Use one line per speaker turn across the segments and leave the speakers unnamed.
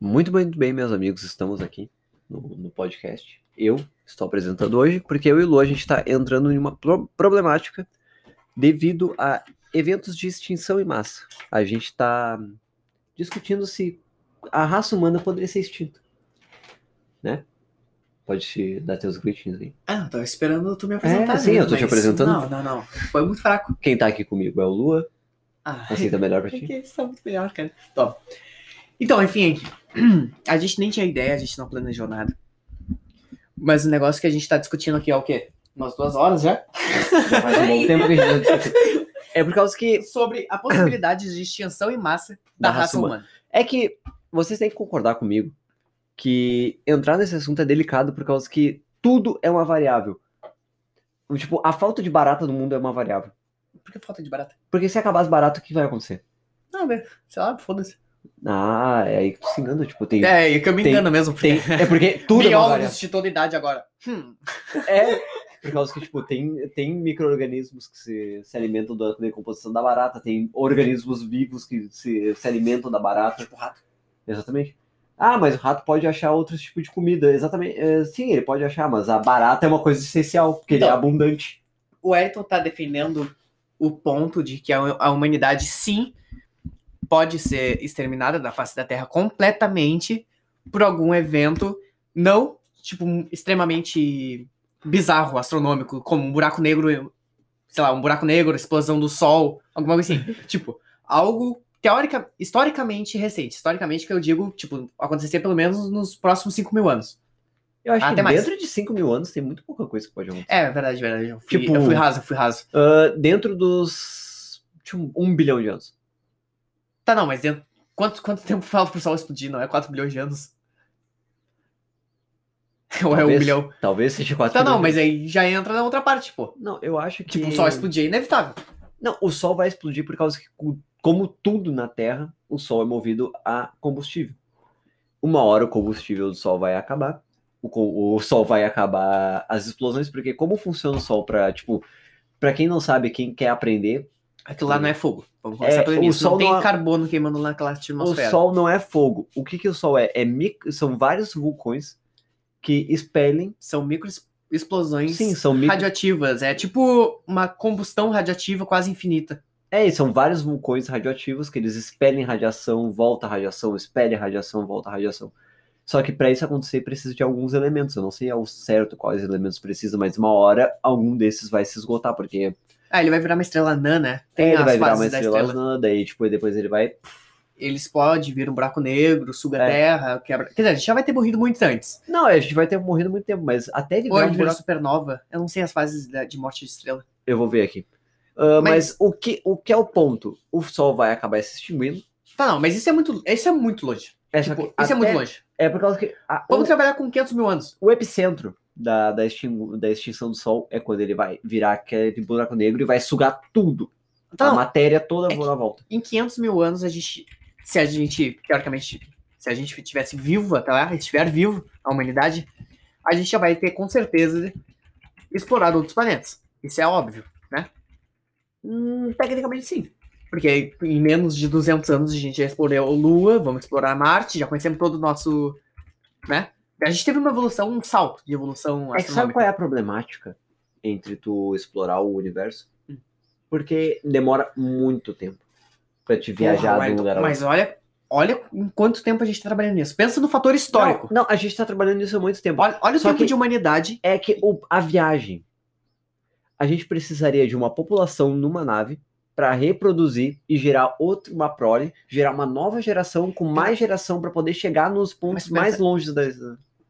Muito bem, muito bem, meus amigos, estamos aqui no, no podcast. Eu estou apresentando hoje, porque eu e o Lu, a gente está entrando em uma pro- problemática devido a eventos de extinção em massa. A gente está discutindo se a raça humana poderia ser extinta, né? Pode se dar teus gritinhos aí.
Ah, eu tava esperando tu me apresentar.
É, sim, eu tô te
mas-
apresentando.
Não, não, não. Foi muito fraco.
Quem tá aqui comigo é o Lua,
Ah,
assim tá melhor pra ti?
porque isso tá muito melhor, cara. Top. Então, enfim, a gente nem tinha ideia, a gente não planejou nada. Mas o negócio que a gente tá discutindo aqui é o quê? Umas duas horas já?
Já faz um bom tempo que a gente não discute. É por causa que.
Sobre a possibilidade de extinção em massa da, raça, humana.
É que vocês têm que concordar comigo que entrar nesse assunto é delicado por causa que tudo é uma variável. Tipo, a falta de barata no mundo é uma variável.
Por que falta de barata?
Porque se acabar as baratas, o que vai acontecer?
Não, né? sei lá, foda-se.
Ah, é aí que tu se engana, tipo, tem. É,
É, é que eu me
Tem-
engano mesmo. Porque...
porque tudo é uma variável.
Biólogos de toda idade agora. Hum,
É, por causa que, tipo, tem, tem micro-organismos que se, se alimentam da decomposição da barata, tem organismos vivos que se, se alimentam da barata.
tipo rato.
Exatamente. Ah, mas o rato pode achar outros tipos de comida. Exatamente. É, sim, ele pode achar, mas a barata é uma coisa essencial, porque ele é
Então.
abundante.
o Ayrton tá defendendo o ponto de que a, a humanidade sim pode ser exterminada da face da Terra completamente por algum evento não tipo um- extremamente bizarro, astronômico, como um buraco negro, sei lá, um buraco negro, explosão do Sol, alguma coisa assim, tipo algo teórica, historicamente recente, historicamente que eu digo tipo acontecer pelo menos nos próximos 5 mil anos.
Eu acho
Ah,
que
até mais.
dentro de 5 mil anos tem muito pouca coisa que pode acontecer.
É verdade, verdade. Eu fui,
Tipo-
eu fui raso, eu fui raso.
Ah, dentro dos. Tipo, um bilhão de anos.
Tá, não, mas dentro... quanto, quanto tempo falta pro Sol explodir? Não é 4 bilhões de anos? Ou é 1
Talvez-
bilhão?
Talvez seja um 4
Tá, não,
bilhões
mas aí já entra na outra parte, pô.
de anos. Não, eu acho que.
Tipo, o Sol explodir é inevitável.
Não, o Sol vai explodir por causa que, co- como tudo na Terra, o Sol é movido a combustível. Uma hora o combustível do Sol vai acabar. O, co- o Sol vai acabar as explosões, porque como funciona o Sol para tipo, para quem não sabe, quem quer aprender,
Aquilo lá não é fogo. Vamos
É,
começar pelo
o
início.
Sol
Não tem
não-
carbono queimando naquela
o
atmosfera.
Sol não é fogo. O que que o Sol é? É mic- são vários vulcões que expelem,
São microexplosões
sim, são micro,
radioativas. É tipo uma combustão radioativa quase infinita.
É, e são vários vulcões radioativos que eles expelem radiação, volta radiação, expelem radiação, volta radiação. Só que para isso acontecer precisa de alguns elementos. Eu não sei ao certo quais elementos precisa, mas uma hora algum desses vai se esgotar, porque
Ah, ele vai virar uma estrela anã, né? Tem
É, ele
as
vai virar
fases
uma
da
estrela,
estrela.
anã, daí tipo, depois ele vai.
Ele explode, vira um buraco negro, suga a
É.
terra, quebra. Quer dizer, a gente já vai ter morrido muito antes.
Não, a gente vai ter morrido muito tempo, mas até ele
Ou
virar
ele
um
virou
buraco.
supernova. Eu não sei as fases da- de morte de estrela.
Eu vou ver aqui. Ah, mas
Mas-
o que, o que é o ponto? O Sol vai acabar se extinguindo.
Tá, não, mas isso é muito, isso é muito longe.
É, só
Tipo,
que
isso é muito
até-
longe.
É por causa que a-
Vamos trabalhar com 500 mil anos.
o epicentro da, da, extin- da extinção do Sol é quando ele vai virar aquele buraco negro e vai sugar tudo.
Tá,
a
não,
matéria toda
é
voa na volta.
em 500 mil anos, a gente. Se a gente, teoricamente, se a gente tivesse vivo até lá, estiver vivo, a humanidade, a gente já vai ter com certeza explorado outros planetas. Isso é óbvio, né? Hum, tecnicamente sim. Porque em menos de 200 anos a gente já explorou a Lua, vamos explorar Marte, já conhecemos todo o nosso. né? A gente teve uma evolução, um salto de evolução
É que sabe
astronômica.
qual é a problemática entre tu explorar o universo?
Hum.
Porque demora muito tempo pra te viajar de
Porra,
um
Wellington,
lugar ao outro.
Mas olha, olha em quanto tempo a gente tá trabalhando nisso. Pensa no fator histórico.
Não, não, a gente tá trabalhando nisso há muito tempo.
Olha, olha o
Só
tempo
que-
de humanidade.
É que o- a viagem. A gente precisaria de uma população numa nave pra reproduzir e gerar outra, uma prole, gerar uma nova geração com mais geração pra poder chegar nos pontos
Então Mas
mais longe das,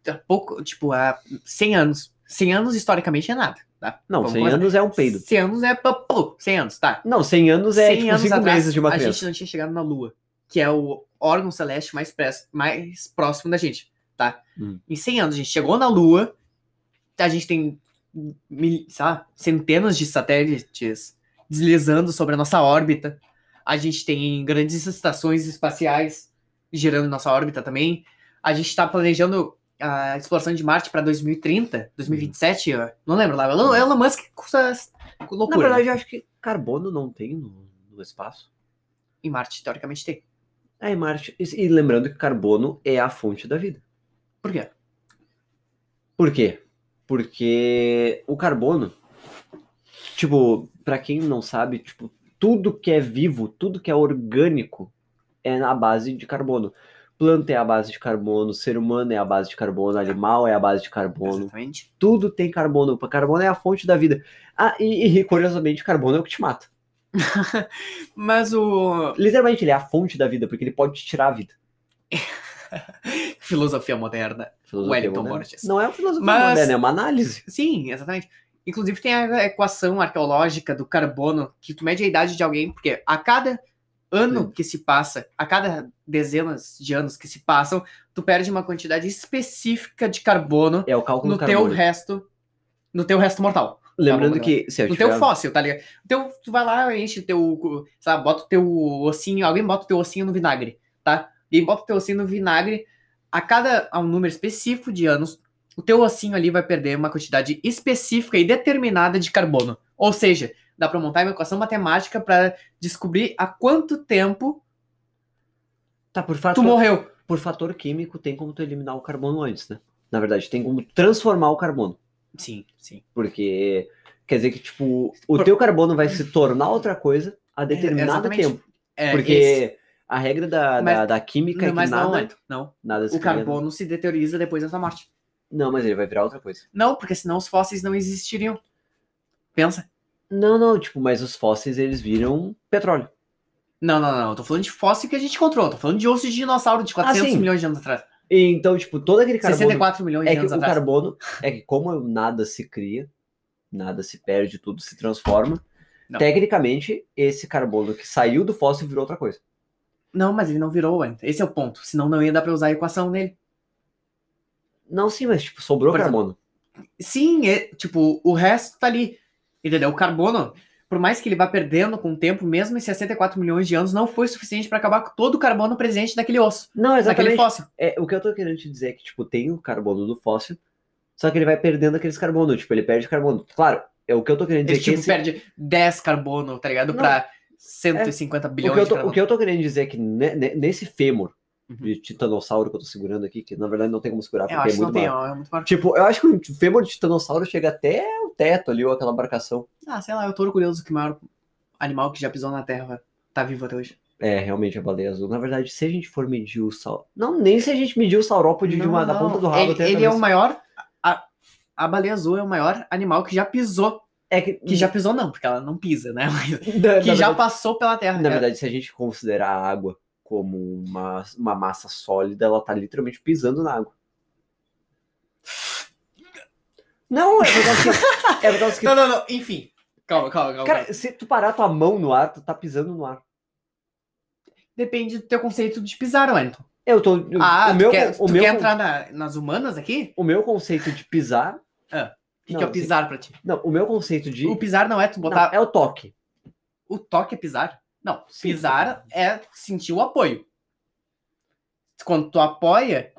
Há pouco, tipo, há 100 anos. 100 anos historicamente é nada. Tá?
Não,
Vamos
100
começar.
anos é um peido.
100 anos é. pô, pô, 100 anos, tá.
Não, 100 anos é
100
tipo
anos
5
atrás,
meses de uma
a
criança.
gente não tinha chegado na Lua, que é o órgão celeste mais, pres- mais próximo da gente, tá?
Hum.
Em 100 anos, a gente chegou na Lua, a gente tem, mil, sei lá, centenas de satélites deslizando sobre a nossa órbita, a gente tem grandes estações espaciais girando em nossa órbita também, a gente tá planejando a exploração de Marte pra 2030, 2027, eu não lembro lá, Elon, Elon Musk custa
Hum. Na
loucura. né?
verdade, eu acho que carbono não tem no, no espaço.
Em Marte, teoricamente, tem.
Aí Marte. E e lembrando que carbono é a fonte da vida.
Por quê?
Por quê? Porque o carbono, tipo, pra quem não sabe, tipo, tudo que é vivo, tudo que é orgânico é na base de carbono. Planta é a base de carbono, ser humano é a base de carbono, animal é a base de carbono,
Exatamente.
tudo tem carbono. Carbono é a fonte da vida. Ah, e, e curiosamente, carbono é o que te mata.
Mas o.
Literalmente, ele é a fonte da vida, porque ele pode te tirar a vida.
Filosofia moderna.
Filosofia
Wellington
moderna.
Borges.
Não é uma filosofia
Mas-
moderna, é uma análise.
Sim, exatamente. Inclusive tem a equação arqueológica do carbono, que tu mede a idade de alguém, porque a cada ano que se passa, a cada dezenas de anos que se passam, tu perde uma quantidade específica de carbono
É o cálculo
no
do carbono.
teu resto, no teu resto mortal.
Lembrando
carbono,
que se eu
né? no
tiver...
teu fóssil, tá ligado? Então, tu vai lá, enche o teu, sabe, bota o teu ossinho, alguém bota o teu ossinho no vinagre, tá? Alguém bota o teu ossinho no vinagre, a cada a um número específico de anos, o teu ossinho ali vai perder uma quantidade específica e determinada de carbono. Ou seja, dá pra montar uma equação matemática pra descobrir há quanto tempo
Tá, por fato...
tu morreu.
por fator químico, tem como tu eliminar o carbono antes, né? Na verdade, tem como transformar o carbono.
Sim, sim.
Porque quer dizer que, tipo, o
Por-
teu carbono vai se tornar outra coisa a determinado
exatamente.
tempo.
É,
Porque
esse-
a regra da,
Mas-
da, da química é que
mas não,
nada,
Neto, não.
nada se
O
cria-
carbono se deterioriza depois da sua morte.
Não, mas ele vai virar outra coisa.
Não, porque senão os fósseis não existiriam. Pensa.
Não, não, tipo, mas os fósseis, eles viram petróleo.
Não, não, não. Eu tô falando de fóssil que a gente encontrou. Eu Tô falando de osso de dinossauro de 400
Ah, sim.
milhões de anos atrás.
E, então, tipo, todo aquele carbono
64 milhões
É
de
que o
anos atrás.
carbono é que como nada se cria, nada se perde, tudo se transforma.
Não.
Tecnicamente, esse carbono que saiu do fóssil virou outra coisa.
Não, mas ele não virou, ué. Esse é o ponto. Senão não ia dar pra usar a equação nele.
Não, sim, mas tipo, sobrou
Por exemplo,
carbono.
Sim, é- tipo, o resto tá ali. Entendeu? O carbono, por mais que ele vá perdendo com o tempo, mesmo em 64 milhões de anos, não foi suficiente pra acabar com todo o carbono presente daquele osso.
Não,
Daquele
exatamente.
fóssil.
É, o que eu tô querendo te dizer é que, tipo, tem o carbono do fóssil, só que ele vai perdendo aqueles carbono, tipo, ele perde carbono. Claro, é o que eu tô querendo dizer
Ele,
que
tipo,
esse-
perde 10 carbono, tá ligado?
Não. É,
Pra 150
o
bilhões
que, eu
de
tô,
carbono.
o que eu tô querendo dizer é que ne- ne- nesse fêmur
Uhum.
de titanossauro que eu tô segurando aqui, que na verdade não tem como segurar
É,
porque
eu acho
é
que não
muito
tem,
maior.
ó, é muito maior.
Tipo, eu acho que o fêmur de titanossauro chega até o teto ali, ou aquela embarcação.
Ah, sei lá, eu tô orgulhoso que o maior animal que já pisou na Terra tá vivo até hoje.
É, realmente a baleia azul. Na verdade, se a gente for medir o sal... Não, nem se a gente medir o saurópode de
Não,
uma, da
não,
ponta do rabo
Ele,
até a
ele é o
cabeça.
maior. A, a baleia azul é o maior animal que já pisou.
É que,
Que já pisou, não, porque ela não pisa, né? Mas
na-
que
na
já
verdade-
passou pela Terra.
Na
né?
verdade, se a gente considerar a água como uma, uma massa sólida, ela tá literalmente pisando na água. Não, é por causa que... É por causa que...
Não, não, não. Enfim. Calma, calma, calma.
Cara, se tu parar tua mão no ar, tu tá pisando no ar.
Depende do teu conceito de pisar, Wellington.
Eu tô... eu-
Ah,
o
tu
meu,
quer,
o
tu
meu,
quer entrar na- nas humanas aqui?
o meu conceito de pisar
O que,
Não,
que é o
sim.
pisar pra ti?
Não, o meu conceito de.
O pisar não é tu
Não,
botar.
é o toque.
O toque é pisar? Não.
Sim.
Pisar é sentir o apoio. Quando tu apoia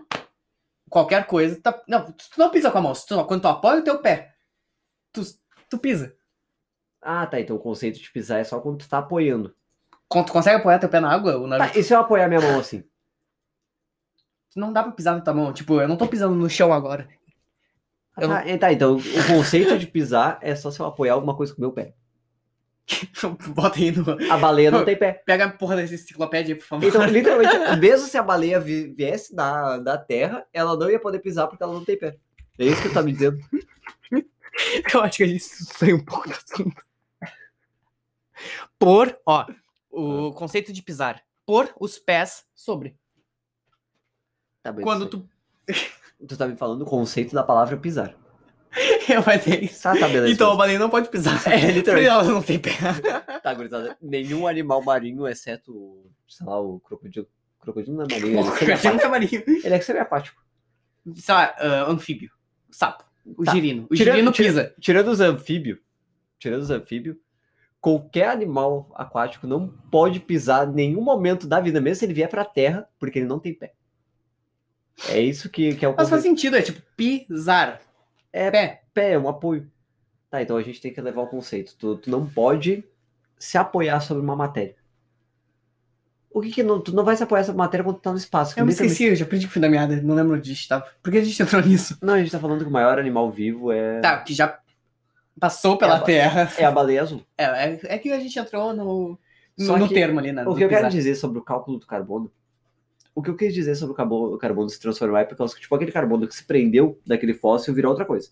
qualquer coisa, tá... não, tu não pisa com a mão. se tu- Quando tu apoia o teu pé, tu, tu pisa.
Ah, tá. Então o conceito de pisar é só quando tu tá apoiando.
Quando tu consegue apoiar teu pé na água, o nariz,
Tá, e se eu apoiar minha mão assim?
não dá pra pisar na tua mão. Tipo, eu não tô pisando no chão agora.
Ah,
Eu
tá, é, tá, então o conceito de pisar é só se eu apoiar alguma coisa com o meu pé.
Bota aí no.
A baleia não tem pé.
Pega a porra dessa enciclopédia aí, por favor.
Então, literalmente, mesmo se a baleia vi- viesse da, da terra, ela não ia poder pisar porque ela não tem pé. É isso que tu tá me dizendo.
Eu acho que a gente saiu um pouco do assunto. Por, ó, o conceito de pisar. Por os pés sobre.
Tá bem,
Quando
isso
tu.
aí. tu tá me falando o conceito da palavra pisar.
Eu falei isso.
Ah, tá, beleza.
Então a baleia não pode pisar.
É, literalmente.
Ela não tem pé.
Tá, gurizada. Nenhum animal marinho, exceto, sei lá, o crocodilo. Crocodilo não é marinho, ele é
Crocodilo
semiapático.
é marinho.
Ele é semiapático.
Sei lá, ah, anfíbio. Sapo. O
Tá.
girino. O
Tirando-
girino
tira-
pisa.
tirando os anfíbios, tirando os anfíbios, qualquer animal aquático não pode pisar em nenhum momento da vida, mesmo se ele vier pra terra, porque ele não tem pé. É isso que, que é o
Mas faz
conceito.
sentido, é tipo pisar.
É.
Pé.
pé, é um apoio. Tá, então a gente tem que levar o conceito. Tu, tu não pode se apoiar sobre uma matéria. O que que não, tu não vai se apoiar essa matéria quando tu tá no espaço? que
Eu me
literalmente-
esqueci, eu já aprendi que fui da meada, não lembro onde a gente tava. Por que a gente entrou nisso?
Não, a gente tá falando que o maior animal vivo é,
Tá, que já passou pela
É,
Terra.
é a baleia azul.
É, é, é que a gente entrou no,
Só
no, no
que-
termo ali, né?
O
do
que eu quero
pisar.
dizer sobre o cálculo do carbono, o que eu quis dizer sobre o carbono, o carbono se transformar é por causa que, tipo, aquele carbono que se prendeu daquele fóssil virou outra coisa.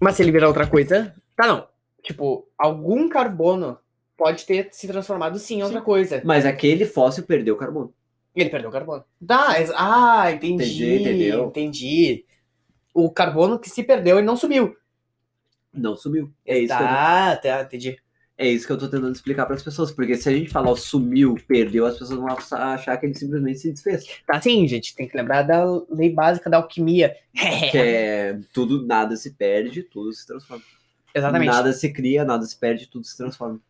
Mas se ele virar outra coisa. Tá, não. Tipo, algum carbono pode ter se transformado sim em outra coisa.
Mas aquele fóssil perdeu o carbono.
Ele perdeu o carbono. Tá, ex- ah, entendi.
Entendi, entendeu?
Entendi. O carbono que se perdeu, ele não sumiu.
Não sumiu. É isso, que, eu tô,
tá, tá, entendi.
é isso que eu tô tentando explicar para as pessoas. Porque se a gente falar ó, sumiu, perdeu, as pessoas vão achar que ele simplesmente se desfez.
Tá, sim, gente. Tem que lembrar da lei básica da alquimia.
Que é tudo, nada se perde, tudo se transforma.
Exatamente.
Nada se cria, nada se perde, tudo se transforma.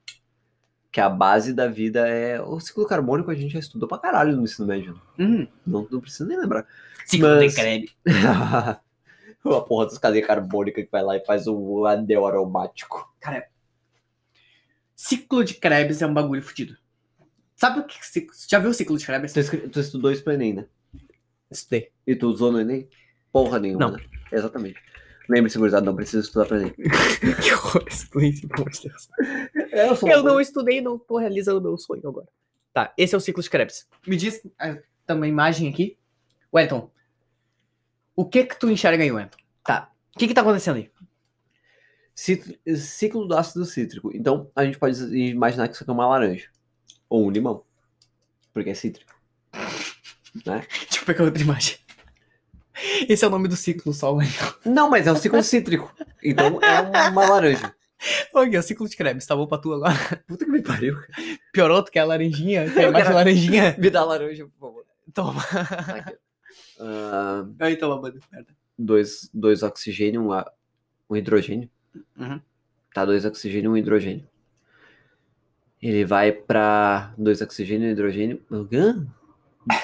Que a base da vida é. O ciclo carbônico a gente já estudou pra caralho no ensino médio.
Hum,
Não, não precisa nem lembrar.
ciclo
Mas-
de Krebs.
a porra dos cadeias carbônicas que vai lá e faz o anel aromático.
Ciclo de Krebs é um bagulho fudido. Sabe o que... que- Já viu o ciclo de Krebs?
Tu, escre- tu estudou isso pro Enem, né?
Estudei.
E tu usou no Enem? Porra nenhuma.
Não.
né? Exatamente. Lembre-se, gurizada, não precisa estudar pra Enem.
que horror, estudei, pelo amor de Deus.
Eu, sou
Eu não estudei, não tô realizando meu sonho agora. Tá, esse é o ciclo de Krebs. Me diz, ah, tem uma imagem aqui. Wellington, o que que tu enxerga aí, Wellington? Tá, o que que tá acontecendo aí?
Cit- Ciclo do ácido cítrico. Então, a gente pode imaginar que isso aqui é uma laranja. Ou um limão. Porque é cítrico.
Deixa eu pegar outra imagem. Esse é o nome do ciclo só, Wellington.
Não, mas é um ciclo cítrico. Então, é uma laranja.
Ok, é o ciclo de Krebs, tá bom pra tu agora?
Puta que me pariu.
Piorou, tu quer a laranjinha? Quer a
Eu
imagem
quero-
laranjinha?
Me dá laranja, por favor. Ah,
Toma.
Tá aqui. Ahn.
Aí toma, mano. merda.
dois, dois oxigênio, um, a- um hidrogênio.
Uhum.
Tá, dois oxigênio, um hidrogênio. Ele vai pra dois oxigênio, um hidrogênio. Hã?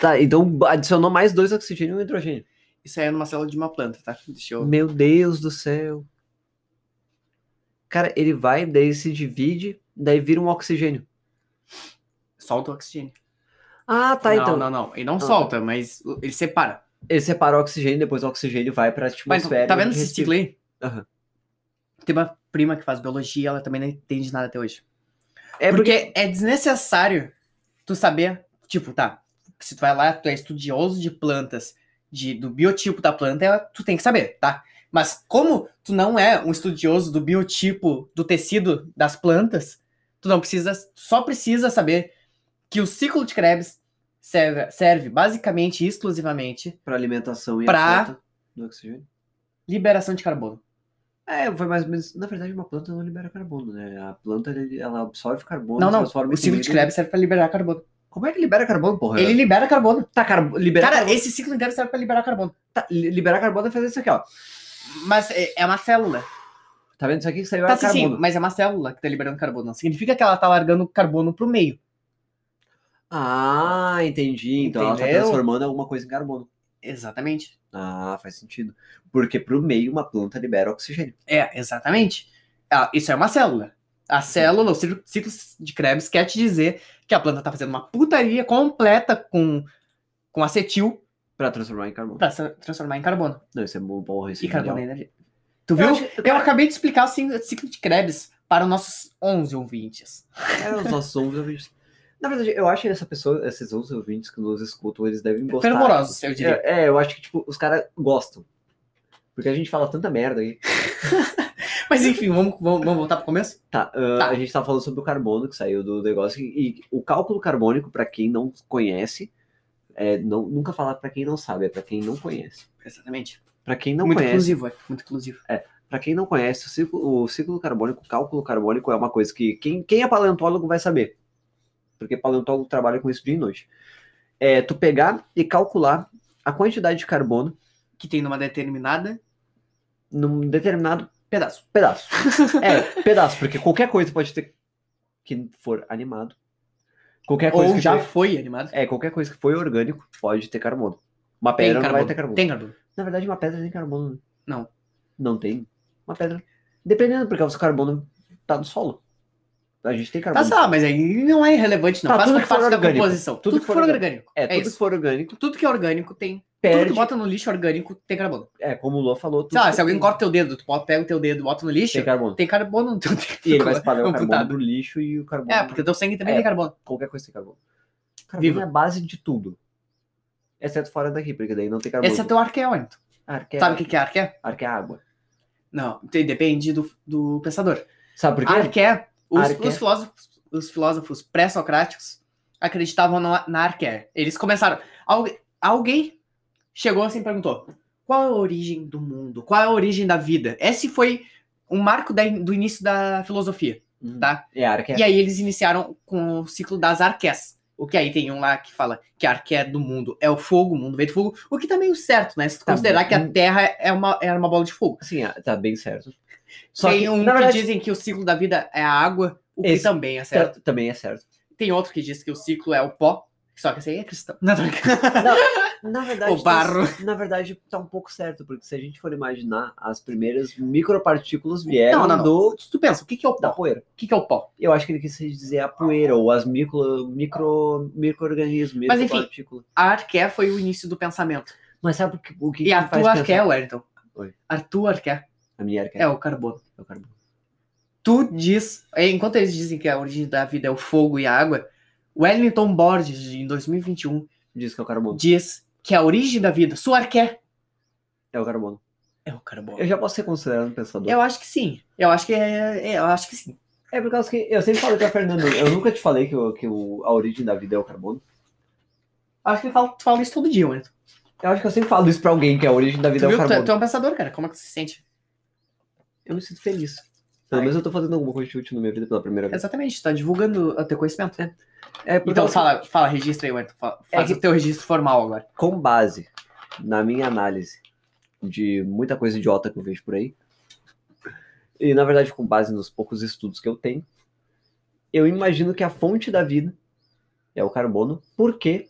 Tá, então adicionou mais dois oxigênio e um hidrogênio.
Isso aí é numa célula de uma planta, tá? Deixa eu...
Meu Deus do céu. Cara, ele vai, daí se divide, daí vira um oxigênio.
Solta o oxigênio.
Ah, tá,
não,
então.
não, não. Ele não
Ah.
solta, mas ele separa.
Ele separa o oxigênio, depois o oxigênio vai pra
Mas
atmosfera.
tá
e a
vendo
gente
esse ciclo
respira.
aí?
Aham.
Tem uma prima que faz biologia, ela também não entende nada até hoje.
É porque...
porque é desnecessário tu saber, tipo, tá, se tu vai lá, tu é estudioso de plantas, de, do biotipo da planta, ela- tu tem que saber, tá? Mas como tu não é um estudioso do biotipo do tecido das plantas, tu não precisa, só precisa saber que o ciclo de Krebs serve, serve basicamente e exclusivamente
pra alimentação e
Pra-
a falta do oxigênio.
liberação de carbono.
É, foi mais ou menos. Na verdade, uma planta não libera carbono, né? A planta ele- ela absorve carbono,
Não, não,
transforma
o
em
ciclo de
comida.
Krebs serve para liberar carbono.
Como é que libera carbono, porra?
Ele libera carbono.
tá carbo... libera
Cara,
carbono.
esse ciclo inteiro serve pra liberar carbono.
tá- li- Liberar carbono é fazer isso aqui, ó.
Mas é é uma célula.
Tá vendo isso aqui que saiu
Tá
tá,
sim, sim,
carbono?
mas é uma célula que tá liberando carbono. Não significa que ela tá largando carbono pro meio.
Ah, entendi. Então ela
Entendeu?
tá transformando alguma coisa em carbono.
Exatamente.
Ah, faz sentido. Porque pro meio uma planta libera oxigênio.
É, exatamente. Ah, isso é uma célula. A célula, o ciclo ciclo de Krebs, quer te dizer que a planta tá fazendo uma putaria completa com, com acetil
Pra transformar em carbono.
pra se transformar em carbono.
Não, isso é bom, porra. Isso
Tá. E
é
carbono é
genial.
energia. Tu
Eu
viu? Eu,
acho que- cara-
acabei de explicar o ciclo ciclo de Krebs para os nossos 11 ouvintes.
É, os nossos ouvintes. Na verdade, eu acho que essa pessoa, esses outros ouvintes que nos escutam, eles devem gostar.
É Fervorosos, eu diria.
É, é, eu acho que, tipo, os caras gostam. Porque a gente fala tanta merda aí.
Mas enfim, vamos, vamos, vamos voltar pro começo?
Tá, ah,
Tá.
a gente tá falando sobre o carbono que saiu do negócio. E, e o cálculo carbônico, pra quem não conhece, é, não, nunca falar pra quem não sabe, é pra quem não conhece.
Exatamente.
Pra quem não
muito
conhece,
inclusivo, é. Muito inclusivo.
para quem não conhece, o ciclo, o ciclo carbônico, o cálculo carbônico é uma coisa que quem, quem é paleontólogo vai saber. Porque paleontólogo trabalha com isso dia e noite. É tu pegar e calcular a quantidade de carbono
Que tem numa determinada
num determinado
pedaço.
Pedaço. É, pedaço, porque qualquer coisa pode ter que for animado. Qualquer É coisa
Ou
que
já
foi,
foi animado.
é, qualquer coisa que foi orgânico pode ter carbono. Uma pedra não vai ter carbono.
Tem carbono.
Na verdade, uma pedra tem carbono. né?
Não.
Não tem. Uma pedra. Dependendo, porque o carbono tá no solo. A gente tem
Tá
carbono.
só, mas aí não é irrelevante, não.
Tá,
Faz
tudo
uma
que for
parte da
orgânico.
composição. Tudo, que for orgânico.
é,
É,
tudo
isso.
que for orgânico
Tudo que é orgânico tem. Tudo
perde.
que bota no lixo orgânico tem carbono.
É, como o Lô falou, tudo
Sei lá,
que
se alguém corta teu dedo, tu bota- pega o teu dedo, bota no lixo,
tem carbono.
tem carbono no teu dedo.
E ele vai espalhar o
Amputado.
carbono pro lixo e o carbono.
É, porque teu sangue também
É.
tem carbono.
qualquer coisa tem carbono. Carbono
Viva.
é a base de tudo. Exceto fora daqui, porque daí não tem carbono.
Esse é teu arqueônico.
Arque é,
Sabe o que que é arqué?
arque é água.
Não, tem- depende do, do pensador.
Sabe por quê?
Arqué, os,
Arqué.
os filósofos, os filósofos pré-socráticos acreditavam na, na arqué. Eles começaram. Algu alguém chegou assim e perguntou: qual é a origem do mundo? Qual é a origem da vida? Esse foi um marco da in- do início da filosofia.
Hum,
tá.
É arque.
E aí eles iniciaram com o ciclo das arqués. O que aí tem um lá que fala que a arqué do mundo é o fogo, o mundo veio do fogo, o que tá meio certo, né? Se tu
Tá
considerar que a
bem-
Terra é uma, era uma bola de fogo.
Assim, ah, tá bem certo. Só
tem
que,
um
na verdade,
que dizem que o ciclo da vida é a água, o que
Esse-
também é
tá-
certo.
também é certo.
Tem outro que diz que o ciclo é o pó, só que esse aí é cristão. Não, tô brincando.
Na verdade,
O
tá-
barro.
na verdade, tá um pouco certo, porque se a gente for imaginar, as primeiras micropartículas vieram
Não, não, não.
do
tu pensa, o que, que é o
da
pó?
poeira.
O que, que é o pó?
Eu acho que ele quis dizer a poeira, ou as micro, micro, micro-organismos,
Mas, enfim.
micropartículas.
A arqué foi o início do pensamento.
Mas sabe o que, o que
e
que
a
me faz
tua
pensar?
arqué, Wellington.
Oi.
A tua arqué
A minha arqué.
é o carbono.
é o carbono.
tu diz, é, enquanto eles dizem que a origem da vida é o fogo e a água, Wellington Borges, em 2021,
Diz que é o carbono.
diz que a origem da vida, sua arqué,
É o carbono.
é o carbono.
Eu já posso ser considerado um pensador.
Eu acho que sim. Eu acho que é, é, eu acho que sim.
É por causa que eu sempre falei pra Fernando, eu nunca te falei que, o- que o- a origem da vida é o carbono.
Acho que eu falo, tu fala isso todo dia, Wellington.
Eu acho que eu sempre falo isso pra alguém, que a origem da
Tu,
vida é
viu?
o
Tu, é-
carbono.
tu é um pensador, cara. Como é que tu se sente?
Eu me sinto feliz. Pelo
Ai.
menos eu tô fazendo alguma coisa de útil na minha vida pela primeira vez.
Exatamente, tu tá divulgando o teu conhecimento.
É por
Então
causa-
fala, fala, registra aí, Wellington. Fala-
É
Faz
que-
o teu registro formal agora.
com base na minha análise de muita coisa idiota que eu vejo por aí, e na verdade com base nos poucos estudos que eu tenho, eu imagino que a fonte da vida é o carbono, porque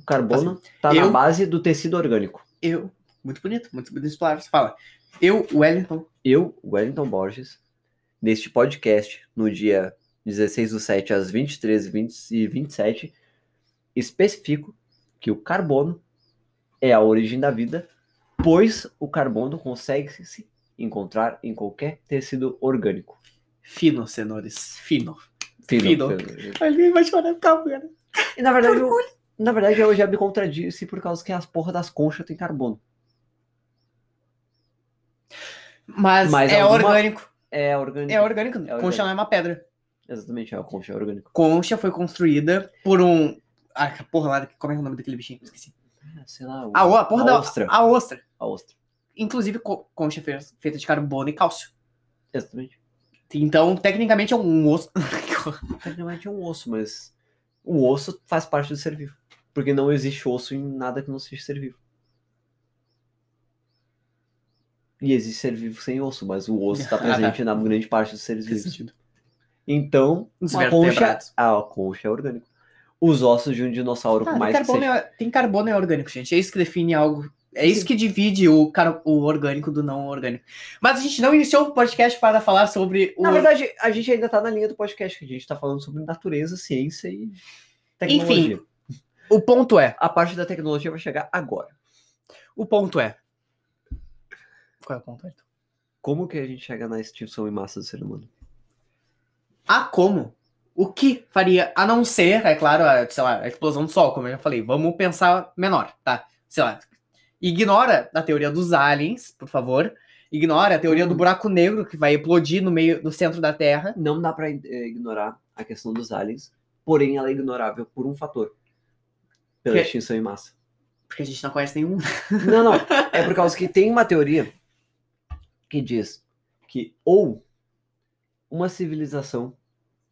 o carbono está na
Assim, eu-
base do tecido orgânico.
Eu, muito bonito, muito bonito palavras. Fala. Eu, Wellington,
Eu, Wellington Borges, neste podcast, no dia 16 do 7 às 23 e 20 e 27, especifico que o carbono é a origem da vida, pois o carbono consegue se encontrar em qualquer tecido orgânico.
fino, cenouras, fino.
Fino,
Fino.
fino.
Ali vai chorar, calma, cara.
E na verdade, eu, na verdade, eu já me contradisse por causa que as porra das conchas têm carbono.
Mas,
Mas
é
alguma-
orgânico.
É orgânico.
É orgânico.
orgânico.
Concha não é uma pedra.
Exatamente, é a concha é orgânico.
Concha foi construida por um. Ah, que porra lá, como é o nome daquele bichinho? Esqueci.
Ah, Sei lá, o-
A, o- a porra
a
da
ostra.
A ostra.
A ostra.
Inclusive, co- concha fe- feita de carbono e cálcio.
Exatamente.
Então, tecnicamente, é um osso.
Tecnicamente é um osso, mas o osso faz parte do ser vivo. Porque não existe osso em nada que não seja ser vivo. E existe ser vivo sem osso, mas o osso está
Ah, tá.
presente na grande parte dos seres
Fez
vivos.
sentido.
Então,
Os
a concha,
vertebrados.
a concha é orgânico. Os ossos de um dinossauro,
Ah,
por
tem,
mais que
carbono
seja.
é, tem carbono é orgânico, gente. É isso que define algo. É isso
Sim.
que divide o, car... o orgânico do não orgânico. Mas a gente não iniciou o podcast para falar sobre o.
Na verdade, a gente ainda tá na linha do podcast, que a gente tá falando sobre natureza, ciência e tecnologia.
O ponto é.
A parte da tecnologia vai chegar agora.
O ponto é. Qual é o ponto, Ayrton?
Como que a gente chega na extinção em massa do ser humano?
Há como? O que faria, a não ser, é claro, a, sei lá, a explosão do Sol, como eu já falei. Vamos pensar menor, tá? Sei lá. Ignora a teoria dos aliens, por favor. Ignora a teoria do buraco negro que vai explodir no meio, no centro da Terra.
não dá pra eh, ignorar a questão dos aliens, porém ela é ignorável por um fator. Pela
Que-
extinção em massa.
Porque a gente não conhece nenhum.
Não, não. É por causa que tem uma teoria que diz que ou uma civilização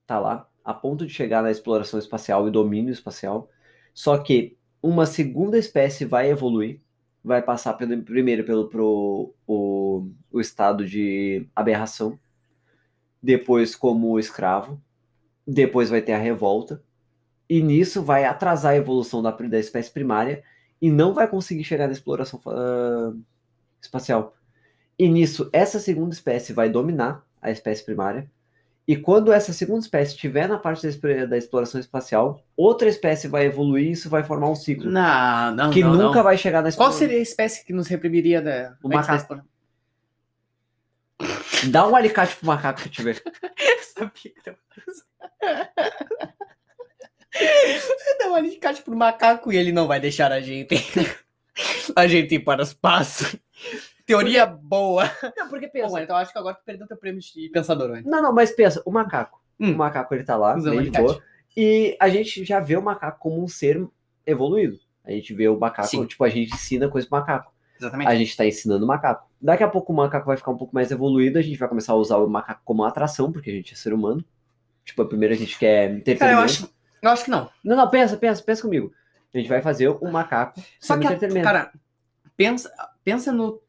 tá lá a ponto de chegar na exploração espacial e domínio espacial, só que uma segunda espécie vai evoluir, vai passar pelo, primeiro pelo pro, o, o estado de aberração, depois como escravo, depois vai ter a revolta, e nisso vai atrasar a evolução da, da espécie primária e não vai conseguir chegar na exploração ah, espacial. E nisso, essa segunda espécie vai dominar a espécie primária, E quando essa segunda espécie estiver na parte da espe- da exploração espacial, outra espécie vai evoluir e isso vai formar um ciclo.
Não, não,
que
não,
nunca
não.
vai chegar na
Qual
exploração.
seria a espécie que nos reprimiria da...
O
da
macaco.
exaspora-
Dá um alicate pro macaco que tiver.
Eu sabia que eu Dá um alicate pro macaco e ele não vai deixar a gente. a gente ir para o espaço. Teoria boa.
Não, porque
Bom, então acho que agora tu perdeu teu prêmio de pensador, né?
Não, não, mas pensa, o macaco.
Hum.
O macaco ele tá lá,
Usando
bem de
alicate.
boa. E a gente já vê o macaco como um ser evoluído. A gente vê o macaco,
Sim.
tipo, a gente ensina coisa pro macaco.
Exatamente.
A gente tá ensinando o macaco. Daqui a pouco o macaco vai ficar um pouco mais evoluído, a gente vai começar a usar o macaco como atração, porque a gente é ser humano. Tipo, primeiro a gente quer
Cara, eu
entretenimento.
acho, eu acho que não.
Não, não, pensa, pensa, pensa comigo. A gente vai fazer um macaco
Só
sendo
que,
entretenimento.
cara, pensa, pensa no.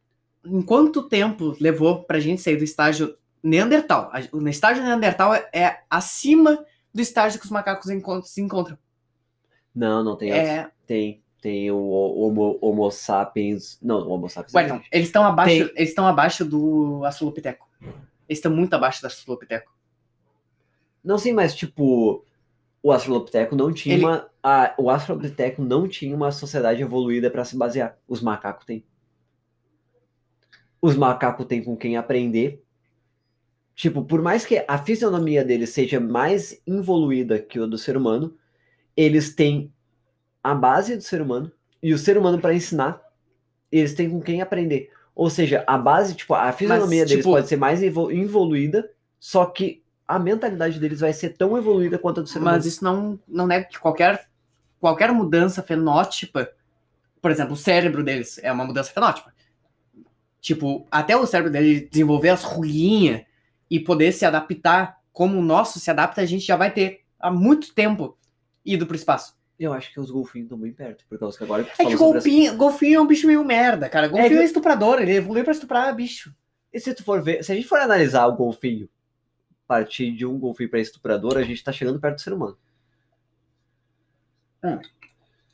Em quanto tempo levou pra gente sair do estágio Neandertal? A- O estágio Neandertal é, é acima do estágio que os macacos encont- se encontram.
Não, não tem.
É,
Tem, tem o homo, homo sapiens. Não, o homo sapiens. é
Ué, não, eles estão abaixo,
Tem-
eles estão abaixo do Astrolopiteco. Eles estão muito abaixo do Astrolopiteco.
Não, sim, mas tipo, o Australopiteco não tinha
Ele-
uma. a- o Australopiteco não tinha uma sociedade evoluída para se basear. Os macacos têm. Os macacos têm com quem aprender. Tipo, por mais que a fisionomia deles seja mais involuída que a do ser humano, eles têm a base do ser humano e o ser humano para ensinar, eles têm com quem aprender. Ou seja, a base, tipo, a fisionomia deles
tipo-
pode ser mais evol- evoluída, só que a mentalidade deles vai ser tão evoluída quanto a do ser humano.
Mas isso não, não nega que qualquer, qualquer mudança fenótipa, por exemplo, o cérebro deles é uma mudança fenótipa. Tipo, até o cérebro dele desenvolver as ruguinhas e poder se adaptar como o nosso se adapta, a gente já vai ter há muito tempo ido pro espaço.
Eu acho que os golfinhos estão bem perto, por causa que agora que tu
É que
falou sobre
golfinho, golfinho é um bicho meio merda, cara. Golfinho é,
que-
estuprador, ele evoluiu pra estuprar bicho.
as- E se tu for ver, se a gente for analisar o golfinho, partir de um golfinho para estuprador, a gente tá chegando perto do ser humano.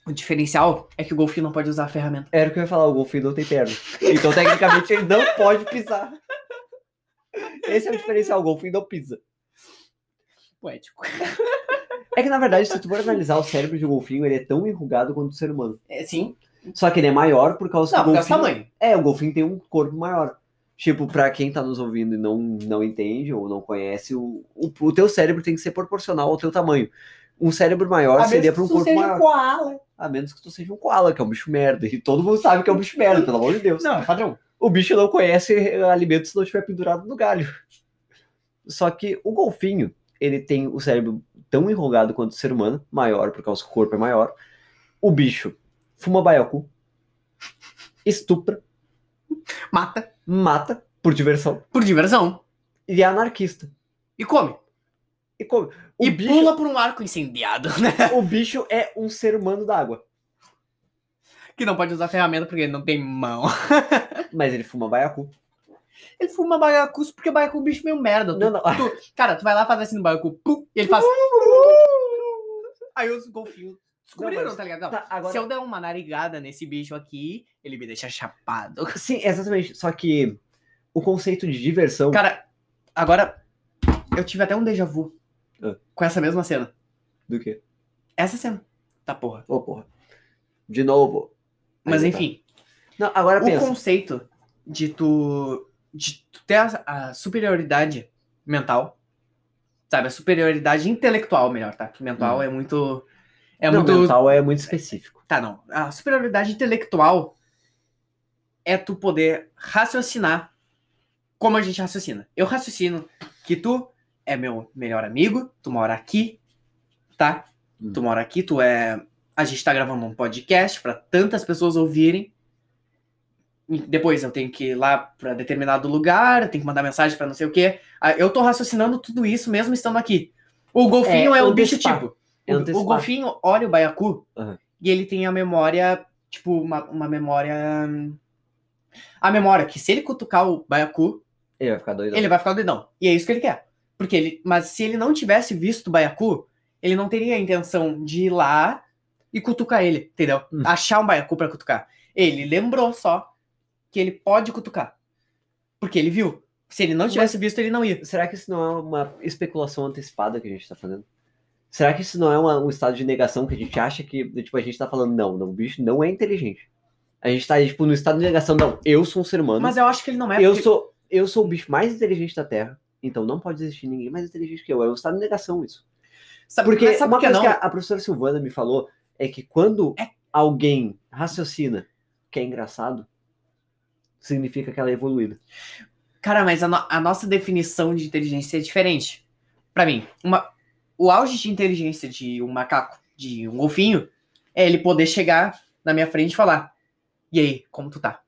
O diferencial é que o golfinho não pode usar a ferramenta.
Era o que eu ia falar, o golfinho não tem perna. Então, tecnicamente, ele não pode pisar. Esse é o diferencial, o golfinho não pisa.
poético.
É que, na verdade, se tu for analisar o cérebro de um golfinho, ele é tão enrugado quanto o ser humano.
É, sim.
Só que ele é maior por causa
Não,
que o
por causa do
golfinho
tamanho.
É, o golfinho tem um corpo maior. Tipo, pra quem tá nos ouvindo e não, não entende ou não conhece, o, o, o teu cérebro tem que ser proporcional ao teu tamanho. Um cérebro maior seria pra um corpo maior.
koala.
A menos que tu seja um koala, que é um bicho merda. E todo mundo sabe que é um bicho merda, pelo amor de Deus.
Não, é padrão.
O bicho não conhece alimento se não estiver pendurado no galho. Só que o golfinho, ele tem o cérebro tão enrugado quanto o ser humano, maior, por causa que o corpo é maior. O bicho fuma baiacu, estupra,
Mata
mata por diversão
por diversão.
e é anarquista.
E come.
E, como? O,
e
bicho,
pula por um arco incendiado, né?
o bicho é um ser humano d'água,
Que não pode usar ferramenta porque ele não tem mão.
mas ele fuma baiacu.
Ele fuma baiacus porque baiacu é um bicho meio merda. Tu-
Não, Ah, não.
tu- cara, tu vai lá fazer assim no baiacu. pum, e ele faz... Aí os golfinhos descobriram,
Não, mas-
tá ligado? Não,
Tá, agora-
Se eu der uma narigada nesse bicho aqui, ele me deixa chapado.
Sim, exatamente. Só que o conceito de diversão.
Cara, agora... Eu tive até um déjà vu.
Ah.
Com essa mesma cena.
Do quê?
Essa cena. Tá porra.
Ô, porra. De novo.
Mas
Aí tá.
enfim,
Não, agora
o
pensa.
conceito de tu, de tu ter a, a superioridade mental, sabe? A superioridade intelectual, melhor, tá? Que mental
Hum.
é muito. É
não,
muito.
mental é muito específico.
Tá, não. A superioridade intelectual é tu poder raciocinar como a gente raciocina. Eu raciocino que tu é meu melhor amigo, tu mora aqui, tá?
Hum.
Tu mora aqui, tu é. A gente tá gravando um podcast pra tantas pessoas ouvirem. E Depois eu tenho que ir lá pra determinado lugar, eu tenho que mandar mensagem pra não sei o quê. Ah, Eu tô raciocinando tudo isso mesmo estando aqui. O golfinho é,
É
um bicho
antecipar.
tipo.
É
O, o
antecipar.
golfinho olha o baiacu
Aham.
e ele tem a memória, tipo, uma, uma memória. hum, A memória que se ele cutucar o baiacu,
Ele vai ficar doido.
ele vai ficar doidão. E é isso que ele quer. Porque ele. Mas se ele não tivesse visto o baiacu, ele não teria a intenção de ir lá e cutucar ele, entendeu?
Hum.
Achar um baiacu pra cutucar. Ele lembrou só que ele pode cutucar. Porque ele viu. Se ele não tivesse visto, ele não ia.
Será que isso não é uma especulação antecipada que a gente tá fazendo? Será que isso não é uma- um estado de negação que a gente acha que, tipo, a gente tá falando, não, não, o bicho não é inteligente. A gente tá, tipo, no estado de negação, não, eu sou um ser humano,
Mas eu acho que ele não é.
eu,
porque-
sou, eu sou o bicho mais inteligente da Terra, então não pode existir ninguém mais inteligente que eu. É um estado de negação isso.
Sabe,
Porque
mas sabe
uma
por que
coisa
não?
que a, a professora Silvana me falou é que quando alguém raciocina que é engraçado, significa que ela é evoluída.
Cara, mas a, no- a nossa definição de inteligência é diferente. Pra mim, uma- o auge de inteligência de um macaco, de um golfinho, é ele poder chegar na minha frente e falar: E aí, como tu tá?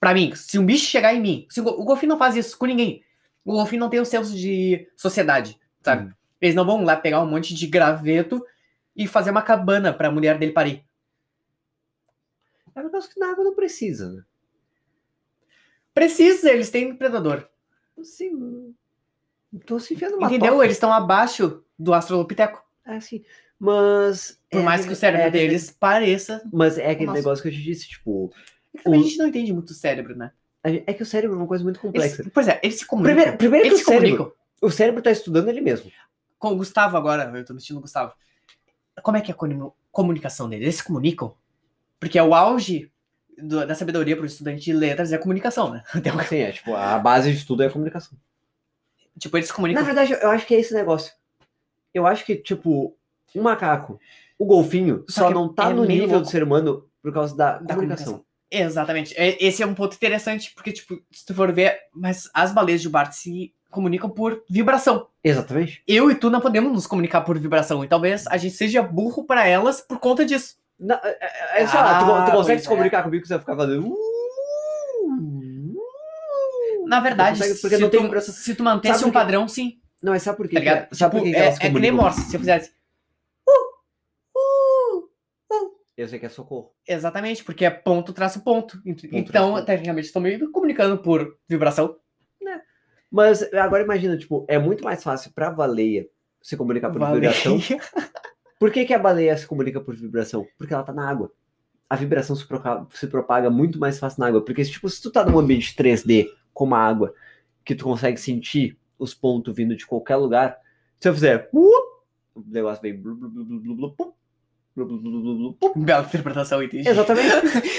Pra mim, se um bicho chegar em mim, se o, go- o golfinho não faz isso com ninguém. O golfinho não tem o senso de sociedade, sabe?
Uhum.
Eles não vão lá pegar um monte de graveto e fazer uma cabana pra mulher dele parir.
É um negócio que na água não precisa, né?
Precisa, eles têm predador.
Assim, tô se enfiando numa
Entendeu?
toca.
Eles estão abaixo do astrolopiteco.
É assim, mas...
Por
é
mais
aquele-
que o cérebro
é aquele-
deles pareça.
Mas é aquele
Nossa.
negócio que eu te disse, tipo...
Também
O-
a gente não entende muito o cérebro, né?
a gen- É que o cérebro é uma coisa muito
Eles-
complexa.
pois é, eles se comunicam.
Primeiro, primeiro que o
eles se
cérebro,
comunicam.
o cérebro tá estudando ele mesmo.
Com o Gustavo agora, eu tô mentindo o Gustavo. Como é que é a comu- comunicação deles? Eles se comunicam? Porque é o auge do- da sabedoria para o estudante de letras é a comunicação, né? Então,
Assim, é tipo, a base de tudo é a comunicação.
tipo, eles se
Na
comunicam.
verdade, eu acho que é esse negócio. Eu acho que, tipo, o macaco, o golfinho,
Só
só
que
não tá
é
no
meio
nível do
louco.
ser humano por causa da,
Da
comunicação.
comunicação. Exatamente. É- Esse é um ponto interessante, porque, tipo, se tu for ver, mas as baleias de Bart se comunicam por vibração.
Exatamente.
Eu e tu não podemos nos comunicar por vibração. E talvez a gente seja burro para elas por conta disso.
Na, é- é- é, sei lá, tu,
Ah,
tu
pois
consegue se
é.
comunicar comigo, você vai ficar fazendo. "Uh, uh".
Na verdade,
Não consegue, porque
se,
não
tu,
tem vibração.
se tu mantesse
Sabe por
um
quê?
padrão, sim,
Não, mas sabe por quê?
tá ligado?
que- sabe
Tipo,
por quê que assim
é,
elas se
é que nem
comunicam?
morse, se eu fizesse.
Eu sei que é socorro.
Exatamente, porque é ponto traço ponto. Ent-
traço
então,
ponto.
tecnicamente, estou meio comunicando por vibração.
Mas agora imagina, tipo, é muito mais fácil pra baleia se comunicar Tá por
Valeu.
vibração. Por que, que a baleia se comunica por vibração? Porque ela tá na água. A vibração se, proca- se propaga muito mais fácil na água. Porque, tipo, se tu tá num ambiente 3D, como a água, que tu consegue sentir os pontos vindo de qualquer lugar, se eu fizer. "Uh", o negócio vem. blu, blu, blu, blu, blu, blu, pum, blu, blu, blu, blu, blu, pum.
Bela interpretação, entendi.
Exatamente.